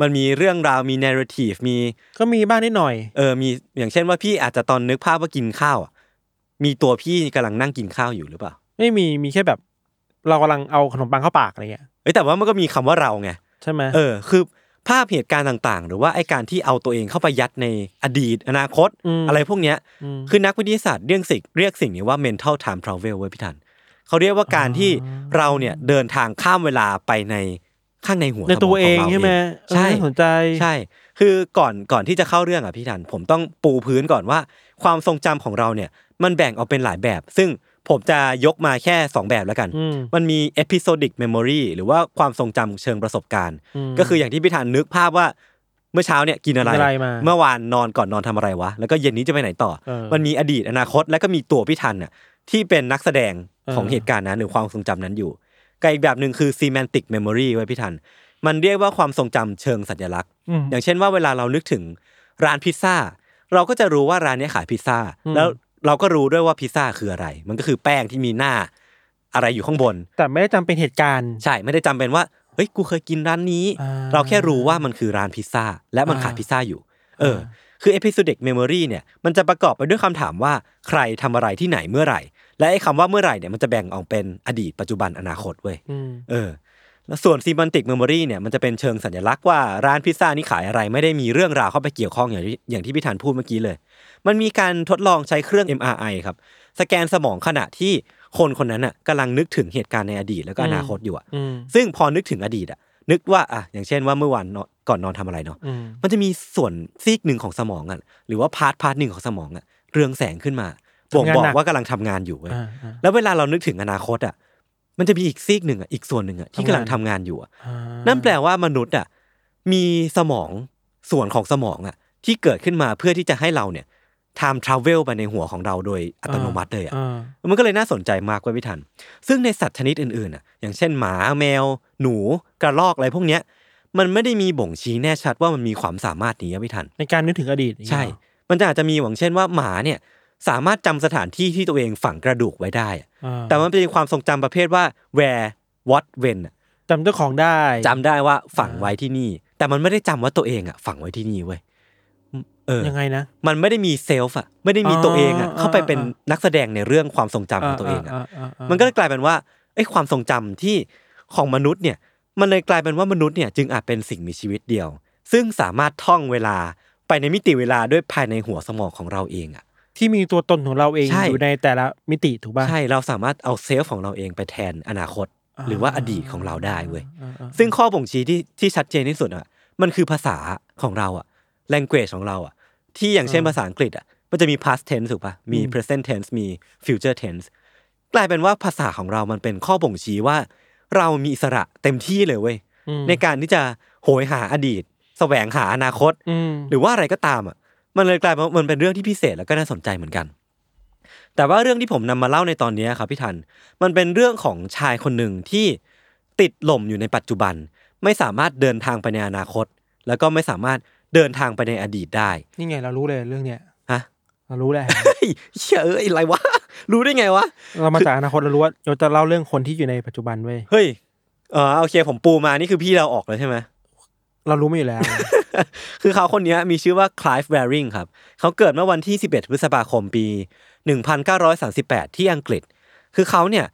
D: มันมีเรื่องราวมี narrative มี
C: ก็มีบ้างนิดหน่อย
D: เออ มีอย่างเช่นว่าพี่อาจจะตอนนึกภาพว่ากินข้าวอะมีตัวพี่กำลังนั่งกินข้าวอยู่หรือเปล่า
C: ไม่มีมีแค่แบบ เรากำลังเอาขนมปังเข้าปากอะไรเงี้ย
D: เอ้ยแต่ว่ามันก็มีคำว่าเราไง
C: ใช่ไหม
D: เออ คือภาพเหตุการณ์ต่างๆ หรือว่าไอการที่เอาตัวเองเข้าไปยัดในอดีต อนาคต
C: ม
D: อะไรพวกเนี้ย
C: ม
D: คือนักวิทยาศาสตร์เรื่องสิ่งเรียกสิ่งนี้ว่า mental time travel เว้ยพี่ทัน เขาเรียกว่าการที่เราเนี่ยเดินทางข้ามเวลาไปในข้างในหัว
C: ในตัว
D: สม
C: เอง
D: ขรา
C: ใช่ไหมเออ
D: ใช่
C: น่าสนใจ
D: ใช่ คือก่อนก่อนที่จะเข้าเรื่องอ่ะพี่ทัน ผมต้องปูพื้นก่อนว่า ความทรงจำของเราเนี่ย มันแบ่งออกเป็นหลายแบบ ซึ่งผมจะยกมาแค่สองแบบแล้วกัน
C: อืม
D: มันมี episodic memory หรือว่าความทรงจำเชิงประสบการณ์
C: ม
D: ก็คืออย่างที่พี่ทันนึกภาพว่าเมื่อเช้าเนี่ยกินอะไร
C: กินอะไรมา
D: เมื่อวานนอนก่อนนอนทำอะไรวะ แล้วก็เย็นนี้จะไปไหนต่อ
C: เออ
D: มันมีอดีตอนาคต แล้วก็มีตัวพี่ทันน่ะที่เป็นนักแสดงของ
C: เออ
D: เหตุการณ์นั้นหรือความทรงจำนั้นอยู่กับอีกแบบหนึ่งคือ semantic memory ไว้ยพี่ทัน มันเรียกว่าความทรงจำเชิงสัญลักษณ์
C: อืม
D: อย่างเช่นว่าเวลาเรานึกถึงร้านพิซซ่า เราก็จะรู้ว่าร้านเนี้ยขายพิซซ่า
C: อืม
D: แล้วเราก็รู้ด้วยว่าพิซซ่าคืออะไร มันก็คือแป้งที่มีหน้าอะไรอยู่ข้างบน
C: แต่ไม่ได้จำเป็นเหตุการณ์
D: ใช่ไม่ได้จำเป็นว่าเฮ้ยกูเคยกินร้านนี้
C: อ่า
D: เราแค่รู้ว่ามันคือร้านพิซซ่า และมัน
C: อ่า
D: ขายพิซซ่าอยู่ เออ
C: า
D: คือ episodic memory เนี่ยมันจะประกอบไปด้วยคำถามว่าใครทำอะไรที่ไหนเมื่อไหร่ และไอ้คำว่าเมื่อไหร่เนี่ยมันจะแบ่งออกเป็นอดีตปัจจุบันอนาคตเว้ย
C: อืม
D: เออแล้วส่วนซีมันติกเมมโมรีเนี่ยมันจะเป็นเชิงสัญลักษณ์ว่าร้านพิซซ่านี่ขายอะไรไม่ได้มีเรื่องราวเข้าไปเกี่ยวข้องอย่างที่อย่างที่พี่ธันพูดเมื่อกี้เลย มันมีการทดลองใช้เครื่อง MRI ครับ สแกนสมองขณะที่คนคนนั้นอ่ะกำลังนึกถึงเหตุการณ์ในอดีตแล้วก็
C: อืม
D: อนาคตอยู่อ่ะ
C: อืม
D: ซึ่งพอนึกถึงอดีตอ่ะนึกว่าอ่ะอย่างเช่นว่าเมื่อวานนอนก่อนนอนทำอะไรเนาะ
C: อืม
D: มันจะมีส่วนซีกหนึ่งของสมองอ่ะหรือว่าพาร์ทพาร์ทหนึ่งของสมองอ่ะเรืองแสงขึ้นมาบ่งบอกว่ากำลังทำงานอยู่เว้ย
C: อ่าอ่า
D: แล้วเวลาเรานึกถึงอนาคตอ่ะ มันจะมีอีกซีกหนึ่งอ่ะ อีกส่วนหนึ่งอ่ะที่กำลังทำ
C: ทำงาน
D: งานอยู่อ่ะ
C: อ่า
D: นั่นแปลว่ามนุษย์อ่ะมีสมองส่วนของสมองอ่ะ ที่เกิดขึ้นมาเพื่อที่จะให้เราเนี่ยทำทราเวลไปในหัวของเราโดยอัตโนมัติเลยอ่ะ
C: อ่า
D: มันก็เลยน่าสนใจมากกว่าพี่ทัน ซึ่งในสัตว์ชนิดอื่นๆอ่ะ อย่างเช่นหมาแมว หนู กระรอกอะไรพวกเนี้ย มันไม่ได้มีบ่งชี้แน่ชัดว่ามันมีความสามารถนี้อะพี่ทัน
C: ในการนึกถึงอดีตอย่างเงี้ย
D: ใช่ มันจะอาจจะมีหวังเช่นว่าหมาเนี่ยสามารถจำสถานที่ที่ตัวเองฝังกระดูกไว้ได้อะ
C: อ่า
D: แต่มันเป็นความทรงจำประเภทว่า where what when อะ
C: จำเจ้าของได้
D: จำได้ว่าฝังไว้ที่นี่ แต่มันไม่ได้จำว่าตัวเองอ่ะฝังไว้ที่นี่เว้ยเออ
C: ยังไงนะ
D: มันไม่ได้มีเซลฟ์อ่ะไม่ได้มีตัวเองอ่ะ
C: อ่า
D: เข้าไปเป็น
C: อ่า
D: นักแสดงในเรื่องความทรงจำของตัวเองอ่ะ
C: าอ่า
D: มันก็เลยกลายเป็นว่าไอ้ยความทรงจำที่ของมนุษย์เนี่ย มันเลยกลายเป็นว่ามนุษย์เนี่ยจึงอาจเป็นสิ่งมีชีวิตเดียว ซึ่งสามารถท่องเวลาไปในมิติเวลาด้วยภายในหัวสมองของเราเองอ่ะ
C: ที่มีตัวตนของเราเอง
D: ใช่
C: อยู่ในแต่ละมิติถูกป่ะ
D: ใช่เราสามารถเอาเซลฟ์ของเราเองไปแทนอนาคต หรือว่าอดีตของเราได้เว้ย
C: อ่าอ่า
D: ซึ่งข้อบ่งชี้ที่ที่ชัดเจนที่สุดอ่ะมันคือภาษาของเราอ่ะ language ของเราอ่ะ ที่อย่างเช่นภาษาอังกฤษอ่ะมันจะมี past tense ถูกปะมี present tense มี future tense กลายเป็นว่าภาษาของเรามันเป็นข้อบ่งชี้ว่า เรามีอิสระเต็มที่เลยเว้ย
C: อืม
D: ในการที่จะโหยหาอดีต แสวงหาอนาคต
C: อืม
D: หรือว่าอะไรก็ตามอ่ะมันเลยกลายเป็นว่ามันเป็นเรื่องที่พิเศษแล้วก็น่าสนใจเหมือนกัน แต่ว่าเรื่องที่ผมนำมาเล่าในตอนนี้ครับพี่ทัน มันเป็นเรื่องของชายคนหนึ่งที่ติดหล่มอยู่ในปัจจุบัน ไม่สามารถเดินทางไปในอนาคต แล้วก็ไม่สามารถเดินทางไปในอดีตได้
C: นี่ไงเรารู้เลยเรื่องเนี้ย
D: ฮะ
C: เรารู้แหละ
D: เฮ้ยเหี้ยเอ้ยอะไรวะ รู้ได้ไงวะ
C: เรามาจากอนาคตเรารู้ว่าเราจะเล่าเรื่องคนที่อยู่ในปัจจุบันเว้ย
D: เฮ้ยเออโอเคผมปูมานี่คือพี่เราออกแล้วใช่ไหม
C: เรารู้มาอยู่แล้ว
D: คือเขาคนเนี้ยมีชื่อว่าคล v ฟ w แวริงครับ เขาเกิดเมื่อวันที่ 11 พฤษภาคมปี 1938 ที่อังกฤษ คือเขาเนี่ย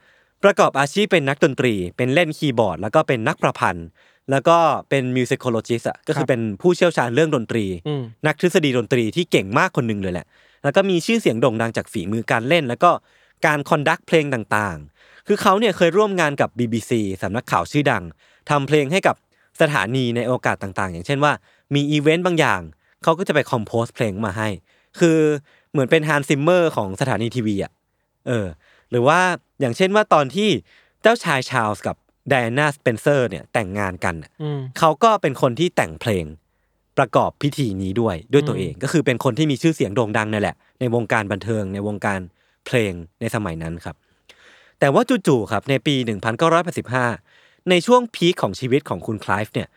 D: ประกอบอาชีพเป็นนักดนตรี เป็นเล่นคีย์บอร์ด แล้วก็เป็นนักประพันธ์ แล้วก็เป็นมิวสิคโลจิสอะก็คือเป็นผู้เชี่ยวชาญเรื่องดนตรี
C: อืม
D: นักทฤษฎีดนตรีที่เก่งมากคนหนึ่งเลยแหละ แล้วก็มีชื่อเสียงโด่งดังจากฝีมือการเล่น แล้วก็การคอนดักเพลงต่างๆ คือเขาเนี่ยเคยร่วมงานกับ BBC สำนักข่าวชื่อดังทำเพลงให้กับสถานีในโอกาสต่างๆ อย่างเช่นว่ามีอีเวนต์บางอย่าง เขาก็จะไปคอมโพสเพลงมาให้ คือเหมือนเป็นฮันซิมเมอร์ของสถานีทีวีอ่ะ เออ หรือว่าอย่างเช่นว่าตอนที่เจ้าชายชาร์ลส์กับไดอาน่าสเปนเซอร์เนี่ยแต่งงานกันน่ะ
C: อืม
D: เขาก็เป็นคนที่แต่งเพลงประกอบพิธีนี้ด้วยด้วยตัว
C: อืม
D: เองก็คือเป็นคนที่มีชื่อเสียงโด่งดังนั่นแหละ ในวงการบันเทิงในวงการเพลงในสมัยนั้นครับ แต่ว่าจู่ๆครับในปี 1985 ในช่วงพีคของชีวิตของคุณไคลฟ์เนี่ย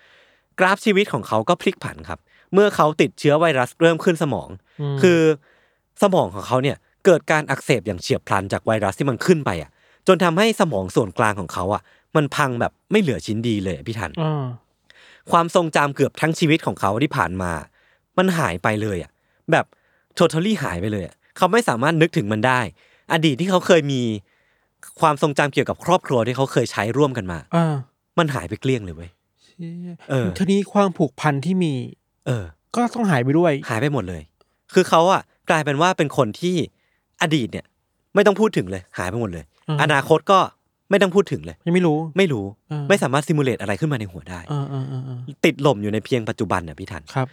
D: กราฟชีวิตของเขาก็พลิกผันครับ เมื่อเขาติดเชื้อไวรัสเริ่มขึ้นสมอง
C: ม
D: คือสมองของเขาเนี่ยเกิดการอักเสบอย่างเฉียบพลันจากไวรัสที่มันขึ้นไปอ่ะ จนทำให้สมองส่วนกลางของเขาอ่ะ มันพังแบบไม่เหลือชิ้นดีเลยอะพี่ทัน
C: อ่า
D: ความทรงจำเกือบทั้งชีวิตของเขาที่ผ่านมา มันหายไปเลยอ่ะ แบบท o ท a ลี่หายไปเลยอ่ะเขาไม่สามารถนึกถึงมันได้ อดีตที่เขาเคยมีความทรงจำเกี่ยวกับครอบครัวที่เขาเคยใช้ร่วมกันมา
C: อ่า
D: มันหายไปเกลี้ยงเลยเว้ย
C: เชี่ย
D: เออ
C: ทีนี้ความผูกพันที่มี
D: เออ
C: ก็ต้องหายไปด้วย
D: หายไปหมดเลย คือเขาอะกลายเป็นว่าเป็นคนที่อดีตเนี่ย ไม่ต้องพูดถึงเลย หายไปหมดเลย
C: อืม
D: อนาคตก็ไม่ต้องพูดถึงเลย
C: ยังไม่รู้
D: ไม่รู้
C: อืม
D: ไม่สามารถซิมูเลตอะไรขึ้นมาในหัวได้
C: อ่าอ่าอ่าอ่า
D: ติดหล่มอยู่ในเพียงปัจจุบันน่ะพี่ทัน
C: ครับ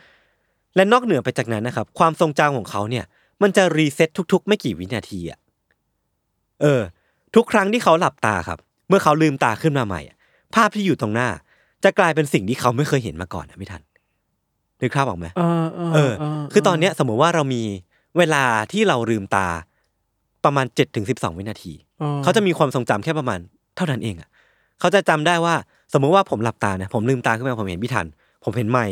D: และนอกเหนือไปจากนั้นนะครับ ความทรงจำของเขาเนี่ย มันจะรีเซ็ตทุกๆ ไม่กี่วินาทีอะเออ ทุกครั้งที่เขาหลับตาครับ เมื่อเขาลืมตาขึ้นมาใหม่อะภาพที่อยู่ตรงหน้า จะกลายเป็นสิ่งที่เขาไม่เคยเห็นมาก่อนนะพี่ทันนึกภาพออกไหม
C: เออเออ
D: เออ คือตอนเนี้ยสมมติว่าเรามีเวลาที่เราลืมตาประมาณ7จ็ถึงสิวินาที
C: ออ
D: เขาจะมีความทรงจำแค่ประมาณเท่านั้นเองอ่ะ เขาจะจำได้ว่าสมมุติว่าผมหลับตานะผมลืมตาขึ้นมาผมเห็นพี่ทัน ผมเห็นไม่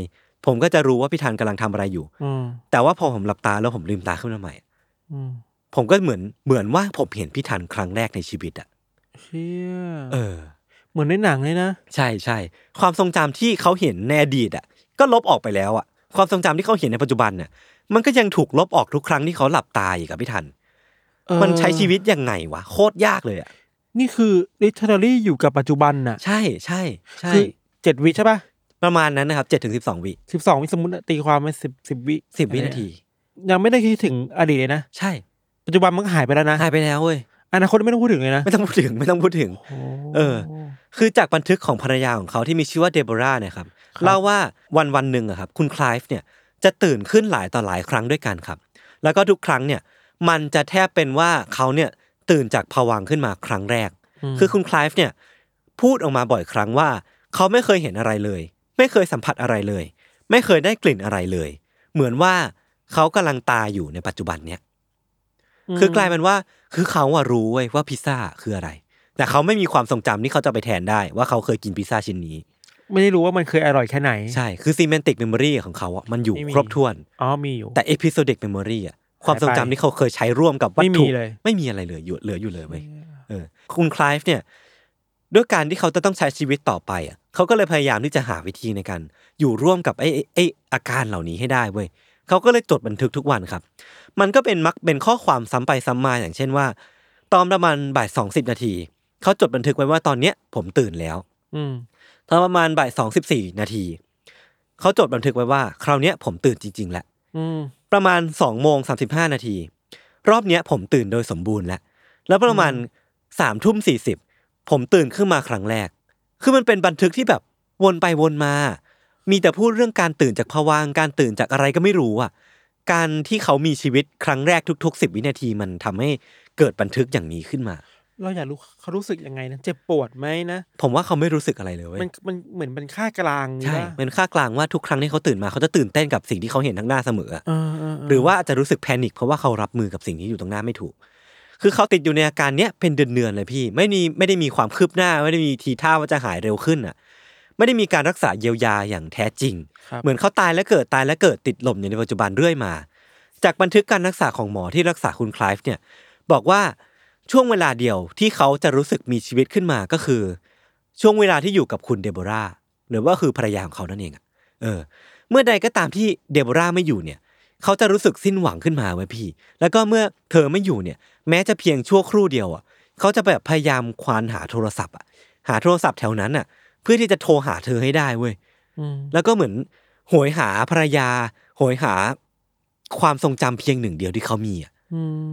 D: ผมก็จะรู้ว่าพี่ทันกำลังทำอะไรอยู่
C: อืม
D: แต่ว่าพอผมหลับตาแล้วผมลืมตาขึ้นมาใหม่
C: อืม
D: ผมก็เหมือนเหมือนว่าผมเห็นพี่ทันครั้งแรกในชีวิตอ่ะ
C: เชี่ย
D: เออ
C: เหมือนในหนังเลยนะ
D: ใช่ใช่ความทรงจำที่เขาเห็นในอดีตอ่ะก็ลบออกไปแล้วอ่ะความทรงจำที่เขาเห็นในปัจจุบันน่ะมันก็ยังถูกลบออกทุกครั้งที่เขาหลับตาอีกอะพี่ทัน
C: เออ
D: มันใช้ชีวิตยังไงวะโคตรยากเลยอ่ะ
C: นี่คือลิเทอร a รี่อยู่กับปัจจุบันน่ะ
D: ใช่ใช่ใช่
C: คือเจ็ดวิใช่ป่ะ
D: ประมาณนั้นนะครับเจ็ดถึงสิบสองวิ
C: สิบสองวิสมมติตีความเป็นสิบสิบวิ
D: สิบวินาที
C: ยังไม่ได้คิดถึงอดีตเลยนะ
D: ใช่
C: ปัจจุบันมันก็หายไปแล้วนะ
D: หายไปแล้วเว้ย
C: อนาคตไม่ต้องพูดถึงเลยนะ
D: ไม่ต้องพูดถึงไม่ต้องพูดถึง
C: โอ้
D: เออ คือจากบันทึกของภรรยาของเขาที่มีชื่อว่าเดโบราเนี่ยครับเล่าว่าวันวันหนึ่งอะครับคุณคลายฟ์เนี่ยจะตื่นขึ้นหลายต่อหลายครั้งด้วยกันครับ แล้วก็ทุกครั้งเนี่ยมันจะแทบเป็นว่าเขาเนี่ยตื่นจากผวังค์ขึ้นมาครั้งแรก
C: ม
D: คือคุณคลายฟ์เนี่ยพูดออกมาบ่อยครั้งว่า เขาไม่เคยเห็นอะไรเลย ไม่เคยสัมผัสอะไรเลย ไม่เคยได้กลิ่นอะไรเลย เหมือนว่าเขากำลังตายอยู่ในปัจจุบันเนี่ย
C: ม
D: คือกลายเป็นว่าคือเขาอะรู้เว้ยว่าพิซซ่าคืออะไร แต่เขาไม่มีความทรงจำที่เขาจะไปแทนได้ว่าเขาเคยกินพิซซ่าชิ้นนี้
C: ไม่ได้รู้ว่ามันเคยอร่อยแค่ไหน
D: ใช่คือซีเมนติกเมมโมรีของเขาอะมันอยู่
C: ไม่มี
D: ครบถ้วน
C: อ๋อมีอยู่
D: แต่เอพิโซดิกเมมโมรีอะความทรงจำที่เขาเคยใช้ร่วมกับวัต
C: ไม่มี
D: ถุ
C: เลย
D: ไม่มีอะไรเหลืออยู่เหลืออยู่เลยเว้ย เออคุณคลายฟ์เนี่ยด้วยการที่เขาจะต้องใช้ชีวิตต่อไปอ่ะเขาก็เลยพยายามที่จะหาวิธีในการอยู่ร่วมกับไอ้ไอ้ไอ้อาการเหล่านี้ให้ได้เว้ยเขาก็เลยจดบันทึกทุกวันครับ มันก็เป็นมักเป็นข้อความซ้ำไปซ้ำมาอย่างเช่นว่า ตอนประมาณบ่ายสองสิบนาทีเขาจดบันทึกไว้ว่าตอนเนี้ยผมตื่นแล้ว
C: อืม
D: ตอนประมาณบ่ายสองสิบสี่นาทีเขาจดบันทึกไว้ว่า คราวเนี้ยผมตื่นจริงๆแหละ
C: อืม
D: ประมาณสองโมงสามสิบห้านาที รอบเนี้ยผมตื่นโดยสมบูรณ์แล้ว แล้วประมาณสามทุ่มสี่สิบผมตื่นขึ้นมาครั้งแรก คือมันเป็นบันทึกที่แบบวนไปวนมา มีแต่พูดเรื่องการตื่นจากภวังค์การตื่นจากอะไรก็ไม่รู้อ่ะ การที่เขามีชีวิตครั้งแรกทุกๆสิบวินาทีมันทำให้เกิดบันทึกอย่างนี้ขึ้นมา
C: เราอยากรู้เขารู้สึกยังไงนะ เจ็บปวดไหมนะ
D: ผมว่าเขาไม่รู้สึกอะไรเลยเว้ย
C: มันมันเหมือนเป็นค่ากลาง
D: ใช่
C: ปะ
D: เป็นค่ากลางว่าทุกครั้งที่เขาตื่นมาเขาจะตื่นเต้นกับสิ่งที่เขาเห็นทั้างหน้าเสมออะ
C: เออเออเห
D: รือว่าอาจจะรู้สึกแพนิคเพราะว่าเขารับมือกับสิ่งที่อยู่ตรงหน้าไม่ถูก คือเขาติดอยู่ในอาการเนี้ยเป็นเดือนๆเลยพี่ ไม่มีไม่ได้มีความคืบหน้า ไม่ได้มีทีท่าว่าจะหายเร็วขึ้นอ่ะ ไม่ได้มีการรักษาเยียวยาอย่างแท้จริง
C: ครับ
D: เหมือนเขาตายแล้วเกิดตายแล้วเกิดติดลมอยู่ในปัจจุบันเรื่อยมา จากบันทึกการรักษาของหมอที่รักษาคุณคลายฟ์เนี่ยบอกว่าช่วงเวลาเดียวที่เขาจะรู้สึกมีชีวิตขึ้นมาก็คือ ช่วงเวลาที่อยู่กับคุณเดโบราหรือว่าคือภรรยาของเขานั่นเองอะเออ เมื่อใดก็ตามที่เดโบราไม่อยู่เนี่ย เขาจะรู้สึกสิ้นหวังขึ้นมาไว้ยพี่ แล้วก็เมื่อเธอไม่อยู่เนี่ย แม้จะเพียงชั่วครู่เดียวอ่ะ เขาจะแบบพยายามควานหาโทรศัพท์อ่ะ หาโทรศัพท์แถวนั้นอ่ะ เพื่อที่จะโทรหาเธอให้ได้เว้ย
C: อืม
D: แล้วก็เหมือนโหยหาภรรยา โหยหาความทรงจำเพียงหนึ่งเดียวที่เขามีอ่ะ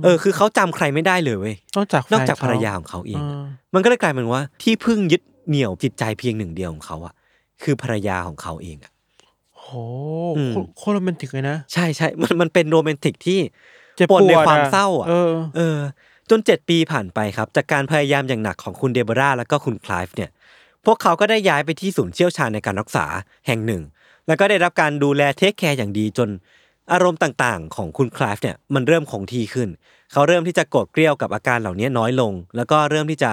D: เออ คือเขาจำใครไม่ได้เลยเว้ย
C: นอกจากแฟ
D: นอกจากภรรยาของเขาเองอะ มันก็เลยกลายเป็นว่าที่พึ่งยึดเหนี่ยวจิตใจเพียงหนึ่งเดียวของเขาอ่ะ คือภรรยาของเขาเองอ่ะ
C: โห
D: อืม
C: โคโคตรโรแมนติกเลยนะ
D: ใช่ใช่ มันมันเป็นโรแมนติกที่
C: เจ็บ
D: ปน
C: ปวด
D: ในความเศร้าอะ
C: เออ
D: เออจน 7 ปีผ่านไปครับ จากการพยายามอย่างหนักของคุณเดโบราและก็คุณคลายฟ์เนี่ย พวกเขาก็ได้ย้ายไปที่ศูนย์เชี่ยวชาญในการรักษาแห่งหนึ่ง แล้วก็ได้รับการดูแลเทคแคร์อย่างดีจนอารมณ์ต่างๆ ของคุณคลายฟ์เนี่ยมันเริ่มคงที่ขึ้น เขาเริ่มที่จะโกดเกลี้ยวกับอาการเหล่านี้น้อยลง แล้วก็เริ่มที่จะ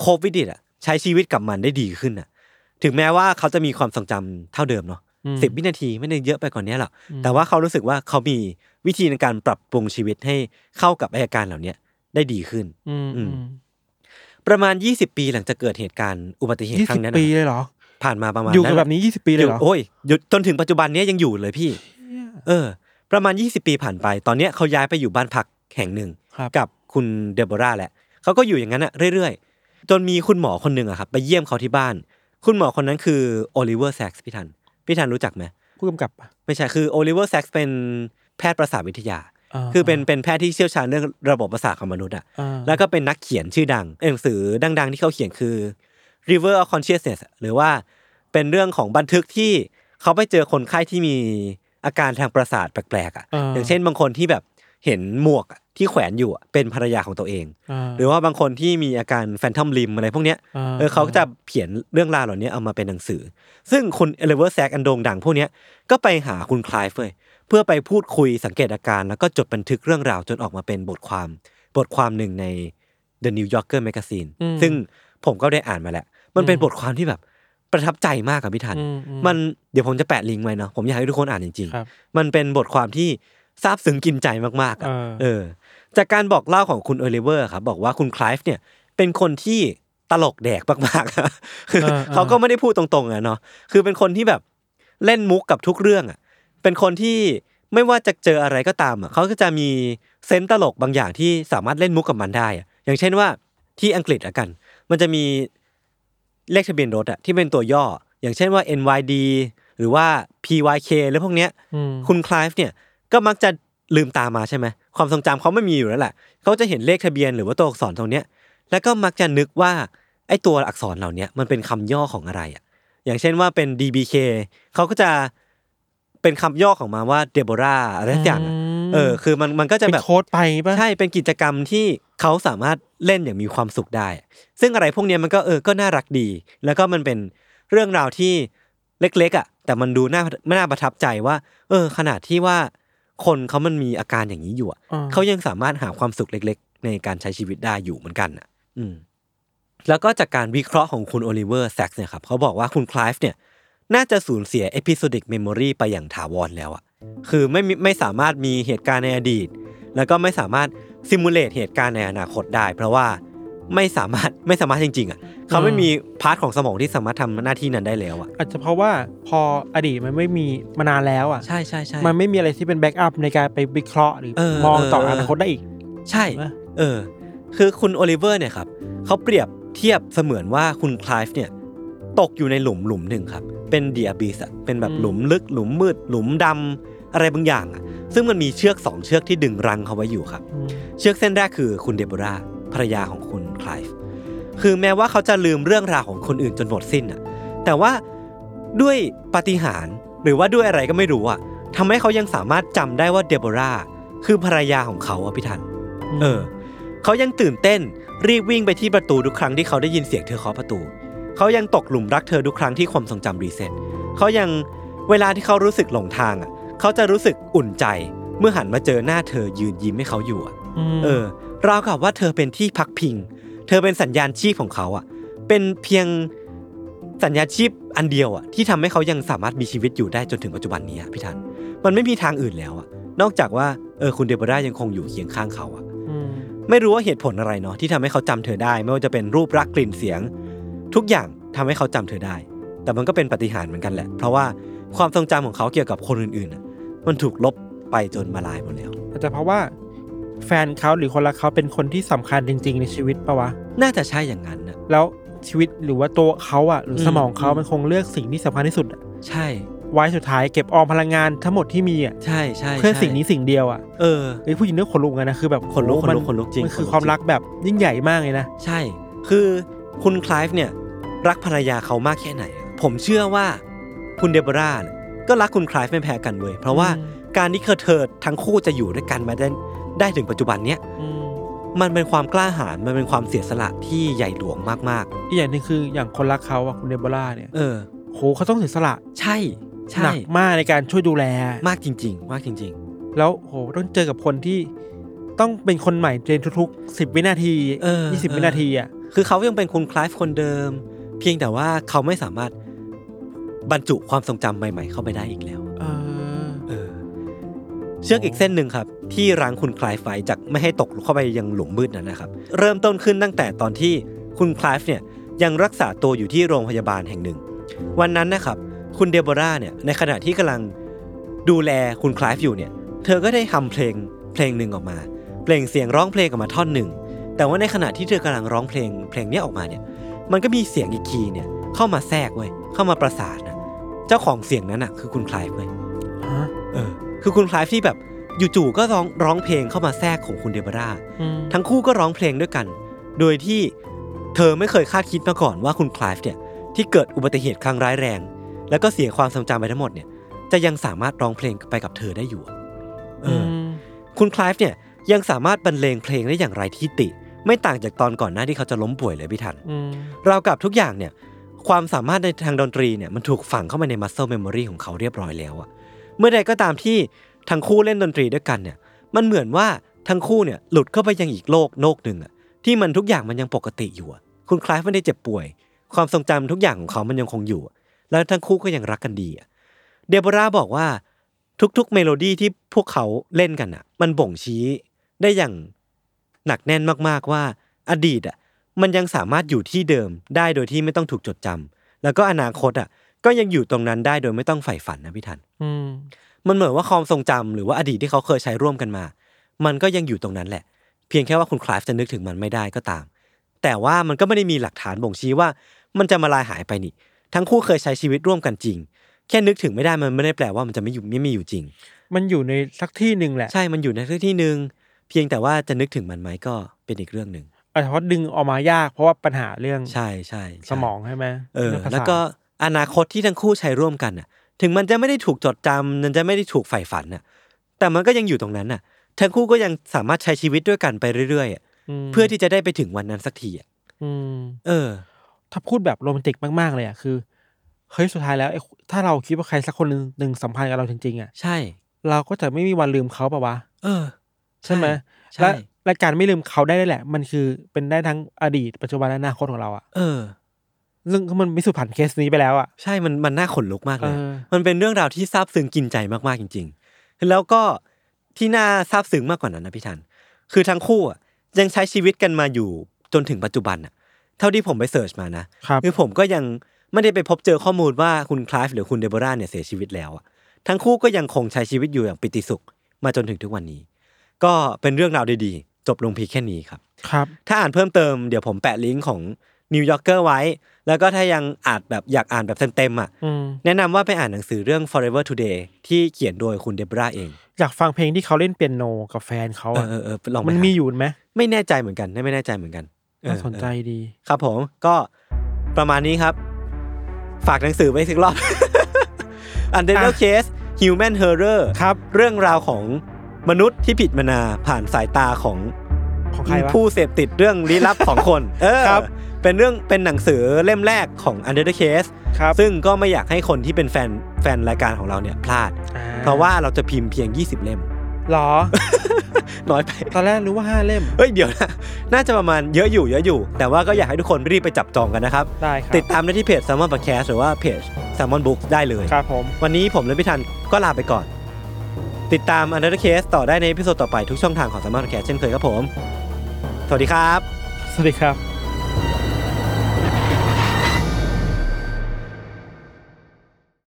D: โคบวิดิตอ่ะใช้ชีวิตกับมันได้ดีขึ้นอ่ะ ถึงแม้ว่าเขาจะมีความทรงจำเท่าเดิมเนาะ
C: อืม
D: สิบวินาทีไม่ได้เยอะไปกว่านนี้หรอก แต่ว่าเขารู้สึกว่าเขามีวิธีในการปรับปรุงชีวิตให้เข้ากับอาการเหล่าเนี้ยได้ดีขึ้น
C: อืมอืม
D: ประมาณ 20 ปีหลังจากเกิดเหตุการณ์อุบัติเหตุ
C: ยี่
D: ครั้
C: สิ
D: ง
C: บ
D: นั้นนะ
C: ปีเลยเหรอ
D: ผ่านมาประมาณ
C: อยู่กับแบ
D: ห
C: บ
D: ละ
C: นี้ยี่สิบปีเลยเหรอ
D: โอ้ยอยู่จนถึงปัจจุบันเนี้ยยังอยู่เลยพี่ เออ ประมาณ 20 ปีผ่านไป ตอนเนี้ยเขาย้ายไปอยู่บ้านพักแห่งหนึ่ง
C: ครับ
D: กับคุณเดโบราแหละ เขาก็อยู่อย่างนั้นอะเรื่อยๆ จนมีคุณหมอคนหนึ่งอะครับไปเยี่ยมเขาที่บ้าน คุณหมอคนนั้นคือโอลิเวอร์แซกซ์พี่ทัน พี่ทันรู้จักไหม
C: ผู้กำกับปะ
D: ไม่ใช่คือโอลิเวอร์แซกซ์เป็นแพทย์ประสาทวิทยา
C: า
D: คือเป็นเป็นแพทย์ที่เชี่ยวชาญเรื่องระบบประสาทของมนุษย์อะ
C: อ่า
D: แล้วก็เป็นนักเขียนชื่อดังหนังสือดังๆที่เขาเขียนคือ River of Consciousness หรือว่าเป็นเรื่องของบันทึกที่เขาไปเจอคนไข้ที่มีอาการทางประสาทแปลกๆอะอย่างเช่นบางคนที่แบบเห็นหมวกอะที่แขวนอยู่อะเป็นภรรยาของตัวเอง
C: า
D: หรือว่าบางคนที่มีอาการแฟนทอมลิมอะไรพวกเนี้ย เออเขาก็จะเขียนเรื่องราวเหล่านี้เอามาเป็นหนังสือ ซึ่งคุณเอเลเวอร์แซกอันโด่งดังพวกเนี้ยก็ไปหาคุณคลายเฟยเพื่อไปพูดคุยสังเกตอาการ แล้วก็จดบันทึกเรื่องราวจนออกมาเป็นบทความ บทความหนึ่งใน The New Yorker Magazine
C: อืม
D: ซึ่งผมก็ได้อ่านมาแหละ มันเป็น
C: อืม
D: บทความที่แบบประทับใจมากอะพี่ทัน
C: อือื
D: มันเดี๋ยวผมจะแปะลิงก์ไว้เนาะผมอยากให้ทุกคนอ่านจริง
C: ครับ
D: ๆ มันเป็นบทความที่ซาบซึ้งกินใจมากๆอะ
C: เออ
D: เออ จากการบอกเล่าของคุณโอลิเวอร์ครับบอกว่าคุณไคลฟ์เนี่ยเป็นคนที่ตลกแดกมากๆ คือ
C: เออเออ
D: เขาก็ไม่ได้พูดตรงๆอะเนาะคือเป็นคนที่แบบเล่นมุกกับทุกเรื่องอะเป็นคนที่ไม่ว่าจะเจออะไรก็ตามอะเขาก็จะมีเซนส์ตลกบางอย่างที่สามารถเล่นมุกกับมันได้อะอย่างเช่นว่าที่อังกฤษอะกัน มันจะมี เลขทะเบียนรถอะที่เป็นตัวย่อ อย่างเช่นว่า NYD หรือว่า PYK แล้วพวกเนี้ย
C: อืม
D: คุณคลายฟ์เนี่ยก็มักจะลืมตามาใช่ไหมความทรงจำเขาไม่มีอยู่แล้วแหละเขาจะเห็นเลขทะเบียนหรือว่าตัวอักษรตรงเนี้ย แล้วก็มักจะนึกว่าไอ้ตัวอักษรเหล่าเนี้ยมันเป็นคำย่อของอะไรอ่ะ อย่างเช่นว่าเป็น DBK เขาก็จะเป็นคำย่อของมาว่าเดโบราอะไรสักอย่างอะ
C: อืม
D: เออ คือมันมันก็จะ
C: เป็น
D: แบบ
C: โค้ดไปปะ
D: ใช่ เป็นกิจกรรมที่เขาสามารถเล่นอย่างมีความสุขได้ ซึ่งอะไรพวกเนี้ยมันก็เออ ก็น่ารักดี แล้วก็มันเป็นเรื่องราวที่เล็กๆอ่ะ แต่มันดูน่าไม่น่าประทับใจว่า เออ ขนาดที่ว่าคนเขามันมีอาการอย่างนี้อยู่อะ
C: อ่
D: เขายังสามารถหาความสุขเล็ก ๆ ในการใช้ชีวิตได้อยู่เหมือนกันอ่ะ อืม แล้วก็จากการวิเคราะห์ของคุณโอลิเวอร์แซกเนี่ยครับเขาบอกว่าคุณคลายฟ์เนี่ย น่าจะสูญเสีย episodic memory ไปอย่างถาวรแล้วอะคือไม่มีไม่สามารถมีเหตุการณ์ในอดีต แล้วก็ไม่สามารถซิมูเลตเหตุการณ์ในอนาคตได้ เพราะว่าไม่สามารถไม่สามารถจริงๆอะเขาไม่มีพาร์ทของสมองที่สามารถทำหน้าที่นั้นได้แล้วอะ
C: อาจจะเพราะว่าพออดีตมันไม่มีมานานแล้วอ่ะ
D: ใช่ใช่ใช่
C: มันไม่มีอะไรที่เป็นแบ็กอัพในการไปวิเคราะห์หรือ
D: เออ
C: มองต่อ
D: เออ
C: อ
D: อ
C: นาคตได้อีก
D: ใช่
C: นะ
D: เออ คือคุณโอลิเวอร์เนี่ยครับเขาเปรียบเทียบเสมือนว่าคุณคลายฟ์เนี่ย ตกอยู่ในหลุมหลุมหนึ่งครับ เป็นเดียบีสเป็นแบบหลุมลึก หลุมมืด หลุมดำอะไรบางอย่างอะซึ่งมันมีเชือกสองเชือกที่ดึงรั้งเขาไว้อยู่ครับ เชือกเส้นแรกคือคุณเดโบราภรรยาของคุณไคลฟ์คือแม้ว่าเขาจะลืมเรื่องราวของคนอื่นจนหมดสิ้นอ่ะ แต่ว่าด้วยปาฏิหาริย์หรือว่าด้วยอะไรก็ไม่รู้อ่ะทำให้เขายังสามารถจำได้ว่าเดโบราคือภรรยาของเขาอ่ะพี่ทัน เออ เขายังตื่นเต้นรีบวิ่งไปที่ประตูทุกครั้งที่เขาได้ยินเสียงเธอเคาะประตู เขายังตกหลุมรักเธอทุกครั้งที่ความทรงจำรีเซ็ตเขายังเวลาที่เขารู้สึกหลงทางอ่ะ เขาจะรู้สึกอุ่นใจ เมื่อหันมาเจอหน้าเธอยืนยิ้มให้เขาอยู่อ่ะ เออราวกับว่าเธอเป็นที่พักพิง เธอเป็นสัญญาณชีพของเขาอ่ะ เป็นเพียงสัญญาณชีพอันเดียวอ่ะที่ทำให้เขายังสามารถมีชีวิตอยู่ได้จนถึงปัจจุบันนี้อะพี่ทัน มันไม่มีทางอื่นแล้วอ่ะ นอกจากว่าเออคุณเดโบรายังคงอยู่เคียงข้างเขาอ่ะ ไม่รู้ว่าเหตุผลอะไรเนาะที่ทำให้เขาจำเธอได้ ไม่ว่าจะเป็นรูปรักษณ์กลิ่นเสียง ทุกอย่างทำให้เขาจำเธอได้ แต่มันก็เป็นปาฏิหารย์เหมือนกันแหละ เพราะว่าความทรงจำของเขาเกี่ยวกับคนอื่นๆน่ะมันถูกลบไปจนมาลายหมดแล้ว
C: อาจจะเพราะว่าแฟนเขาหรือคนรักเขาเป็นคนที่สำคัญจริง ๆ ในชีวิตปะวะ
D: น่าจะใช่อย่างนั้นนะ
C: แล้วชีวิตหรือว่าตัวเขาอ่ะ หรืออ
D: ม
C: สมองเขา
D: อืม
C: มันคงเลือกสิ่งที่สำคัญที่สุดอะ
D: ใช่
C: ไว้สุดท้ายเก็บออมพลังงานทั้งหมดที่มีอ่ะ
D: ใช่ใช่
C: เพื่อสิ่งนี้
D: ใช่
C: สิ่งเดียวอ่ะ
D: เออ
C: ไอ้ยผู้หญิงเนี่ยขนลุกเหมือนกันนะคือแบบ
D: ขนลุก
C: โอ้โห
D: ขน
C: มั
D: ลุกขนลุกจริง
C: มันคื
D: ขน
C: อ
D: ลุก
C: ความ
D: จริง
C: รักแบบยิ่งใหญ่มากเลยนะ
D: ใช่ คือคุณไคลฟ์เนี่ยรักภรรยาเขามากแค่ไหนอะผมเชื่อว่าคุณเดโบราเนี่ยก็รักคุณไคลฟ์ไม่แพ้กันเว้ยเพราะว่าการที่เธอทั้งคู่จะอยู่ด้วยกันมาได้ได้ถึงปัจจุบันเนี้ย
C: อืม
D: มันเป็นความกล้าหาญ มันเป็นความเสียสละที่ใหญ่หลวงมาก
C: อีกอย่างหนึงคืออย่างคนรักเขาอะคุณเดโบราเนี่ย
D: ๆ เออ
C: โหเขาต้องเสียสละ
D: ใช่ใช่
C: หนักมากในการช่วยดูแล
D: มากจริง ๆ มากจริง
C: แล้วโหต้องเจอกับคนที่ต้องเป็นคนใหม่ในทุกๆสิบวินาที
D: เออ
C: ยี่สิบ
D: เออ
C: วินาทีอ่ะ
D: ๆ คือเขายังเป็นคุณคลายฟ์คนเดิม เพียงแต่ว่าเขาไม่สามารถบรรจุความทรงจำใหม่ ๆ เข้าไปได้อีกแล้ว
C: เออ
D: เออ เชือกอีกเส้นหนึ่งครับ ที่รั้งคุณคลายไฟจากไม่ให้ตกเข้าไปยังหลุมมืดนั้นนะครับ เริ่มต้นขึ้นตั้งแต่ตอนที่คุณคลายฟ์เนี่ยยังรักษาตัวอยู่ที่โรงพยาบาลแห่งหนึ่ง วันนั้นนะครับ คุณเดโบราเนี่ยในขณะที่กำลังดูแลคุณคลายฟ์อยู่เนี่ย เธอก็ได้ทำเพลงเพลงหนึ่งออกมา เปล่งเสียงร้องเพลงออกมาท่อนหนึ่ง แต่ว่าในขณะที่เธอกำลังร้องเพลงเพลงเนี้ยออกมาเนี่ย มันก็มีเสียงอีกคีย์เนี่ยเข้ามาแทรกเว้ยเข้ามาประสานนะเจ้าของเสียงนั้นอ่ะคือคุณคลายฟ์เว้ย
C: ฮะ
D: เออคือคุณคลายฟ์ที่แบบจู่ๆก็ร้องร้องเพลงเข้ามาแทรกของคุณเดบรา
C: อืม
D: ทั้งคู่ก็ร้องเพลงด้วยกัน โดยที่เธอไม่เคยคาดคิดมาก่อนว่าคุณคลายฟ์เนี่ยที่เกิดอุบัติเหตุครั้งร้ายแรง แล้วก็เสียความทรงจำไปทั้งหมดเนี่ยจะยังสามารถร้องเพลงไปกับเธอได้อยู่อะเอออ
C: ม
D: คุณคลายฟ์เนี่ยยังสามารถบรรเลงเพลงได้อย่างไรที่ติ ไม่ต่างจากตอนก่อนหน้าที่เขาจะล้มป่วยเลยพี่ทัน
C: อืม
D: เราวกับทุกอย่างเนี่ยความสามารถในทางดนตรีเนี่ยมันถูกฝังเข้ามาในมัสเซ e เมมโมรีของเขาเรียบร้อยแล้วอะเมื่อใดก็ตามที่ทั้งคู่เล่นดนตรีด้วยกันเนี่ยมันเหมือนว่าทั้งคู่เนี่ยหลุดเข้าไปยังอีกโลกโลกหนึ่งอะที่มันทุกอย่างมันยังปกติอยู่อะคุณคลายไม่ได้เจ็บป่วย ความทรงจำทุกอย่างของเขามันยังคงอยู่อะแล้วทั้งคู่ก็ยังรักกันดีอะเดโบราบอกว่าทุกๆเมโลดี้ที่พวกเขาเล่นกันอะมันบ่งชี้ได้อย่างหนักแน่นมากๆว่าอดีตอะ มันยังสามารถอยู่ที่เดิมได้โดยที่ไม่ต้องถูกจดจำแล้วก็อนาคตอ่ะก็ยังอยู่ตรงนั้นได้โดยไม่ต้องใฝ่ฝันนะพี่ทัน
C: อืม
D: มันเหมือนว่าความทรงจำหรือว่าอดีตที่เขาเคยใช้ร่วมกันมา มันก็ยังอยู่ตรงนั้นแหละ เพียงแค่ว่าคุณคลายฟ์จะนึกถึงมันไม่ได้ก็ตาม แต่ว่ามันก็ไม่ได้มีหลักฐานบ่งชี้ว่า มันจะมาลายหายไปนี่ ทั้งคู่เคยใช้ชีวิตร่วมกันจริง แค่นึกถึงไม่ได้มันไม่ได้แปลว่ามันจะไม่อยู่ไม่มีอยู่จริง
C: มันอยู่ในสักที่หนึ่งแหละ
D: ใช่ มันอยู่ในที่ที่หนึ่งเพียงแต่ว่าจะนึกถึงมันไหมก็เป็นอีกเรื่องหนึ่ง
C: อาจจะเพราะดึงออกมายากเพราะว่าปัญหาเรื่อง
D: ใช่ใช่ใช่
C: สมองใช่ไหม
D: เออ
C: รื่องภาษา
D: แล้วก็อนาคตที่ทั้งคู่ใช้ร่วมกันน่ะ ถึงมันจะไม่ได้ถูกจดจำมันจะไม่ได้ถูกใฝ่ฝันน่ะ แต่มันก็ยังอยู่ตรงนั้นน่ะ ทั้งคู่ก็ยังสามารถใช้ชีวิตด้วยกันไปเรื่อยๆอ่ะ
C: ม
D: เพื่อที่จะได้ไปถึงวันนั้นสักทีอ่ะ
C: อืม
D: เออ
C: ถ้าพูดแบบโรแมนติกมาก ๆ เลยอ่ะคือเฮ้ยสุดท้ายแล้วไอ้ถ้าเราคิดว่าใครสักคนหนึ่งหนึ่งสัมพันธ์กับเราจริงๆอ่ะ
D: ใช่
C: เราก็จะไม่มีวันลืมเขาปะวะ
D: เออ
C: ใช่ไหม
D: ใช่
C: และและการไม่ลืมเขาได้ด้วยแหละ มันคือเป็นได้ทั้งอดีตปัจจุบันและอนาคตของเราอ่ะ
D: เออ
C: ซึ่งมันมิสุผ่านเคสนี้ไปแล้วอ่ะ
D: ใช่มันมันน่าขนลุกมากเลย
C: เออ
D: มันเป็นเรื่องราวที่ซาบซึ้งกินใจมากๆจริง ๆ แล้วก็ที่น่าซาบซึ้งมากกว่านั้นนะพี่ทัน คือทั้งคู่อ่ะยังใช้ชีวิตกันมาอยู่จนถึงปัจจุบันอ่ะ เท่าที่ผมไปเสิร์ชมานะ
C: ครับ
D: คือผมก็ยังไม่ได้ไปพบเจอข้อมูลว่าคุณคลายฟ์หรือคุณเดโบราเนี่ยเสียชีวิตแล้วอะทั้งคู่ก็ยังคงใช้ชีวิตอยู่อย่างปิติสุขมาจนถึงทุกวันนี้ ก็เป็นเรื่องราวดีๆ จบลงเพียงแค่นี้ครับ
C: ครับ
D: ถ้าอ่านเพิ่มเติมเดี๋ยวผมแปะลิงก์ของนิวยอร์กเกอร์ไว้ แล้วก็ถ้ายังอ่านแบบอยากอ่านแบบเต็มๆอ่ะ
C: อืม
D: แนะนำว่าไปอ่านหนังสือเรื่อง Forever Today ที่เขียนโดยคุณเดโบราเอง
C: อยากฟังเพลงที่เขาเล่นเปียโนกับแฟนเขา
D: เอ
C: อ่ะ
D: อเออเออลองไป
C: มัน
D: หา
C: มีอยู่ไหม
D: ไม่แน่ใจเหมือนกันไม่แน่ใจเหมือนกันเออ
C: น่าสนใจดี
D: ครับผมก็ประมาณนี้ครับ ฝากหนังสือไว้สักรอบ Untitled
C: อ่ะ
D: Case Human Horror
C: ครับ
D: เรื่องราวของมนุษย์ที่ผิดมนาผ่านสายตาของ
C: ของใครวะ
D: ผู้เสพติดเรื่องลี้ลับ สองคน เออ
C: ครับ
D: เป็นเรื่องเป็นหนังสือเล่มแรกของ Untitled Case
C: ครับ
D: ซึ่งก็ไม่อยากให้คนที่เป็นแฟนแฟนรายการของเราเนี่ยพลาด
C: อ่
D: เพราะว่าเราจะพิมพ์เพียง 20 เล่ม
C: หรอ
D: น้อยไป
C: ตอนแรกรู้ว่าห้าเล่ม
D: เฮ้ยเดี๋ยวนะน่าจะประมาณเยอะอยู่เยอะอยู่ แต่ว่าก็อยากให้ทุกคนรีบไปจับจองกันนะครับ
C: ได้ครับ
D: ติดตามได้ที่เพจ s ซ l m o n Podcast หรือว่าเพจ s ซ l m o n Book ได้เลย
C: ครับผม
D: วันนี้ผมและพี่ทันก็ลาไปก่อน ติดตาม u n d e r c a s e ต่อได้ในพิโซดต่อไปทุกช่องทางของ s ซ l m o n Podcast เช่นเคยครับผม สวัสดีครับ
C: สวัสดีครับ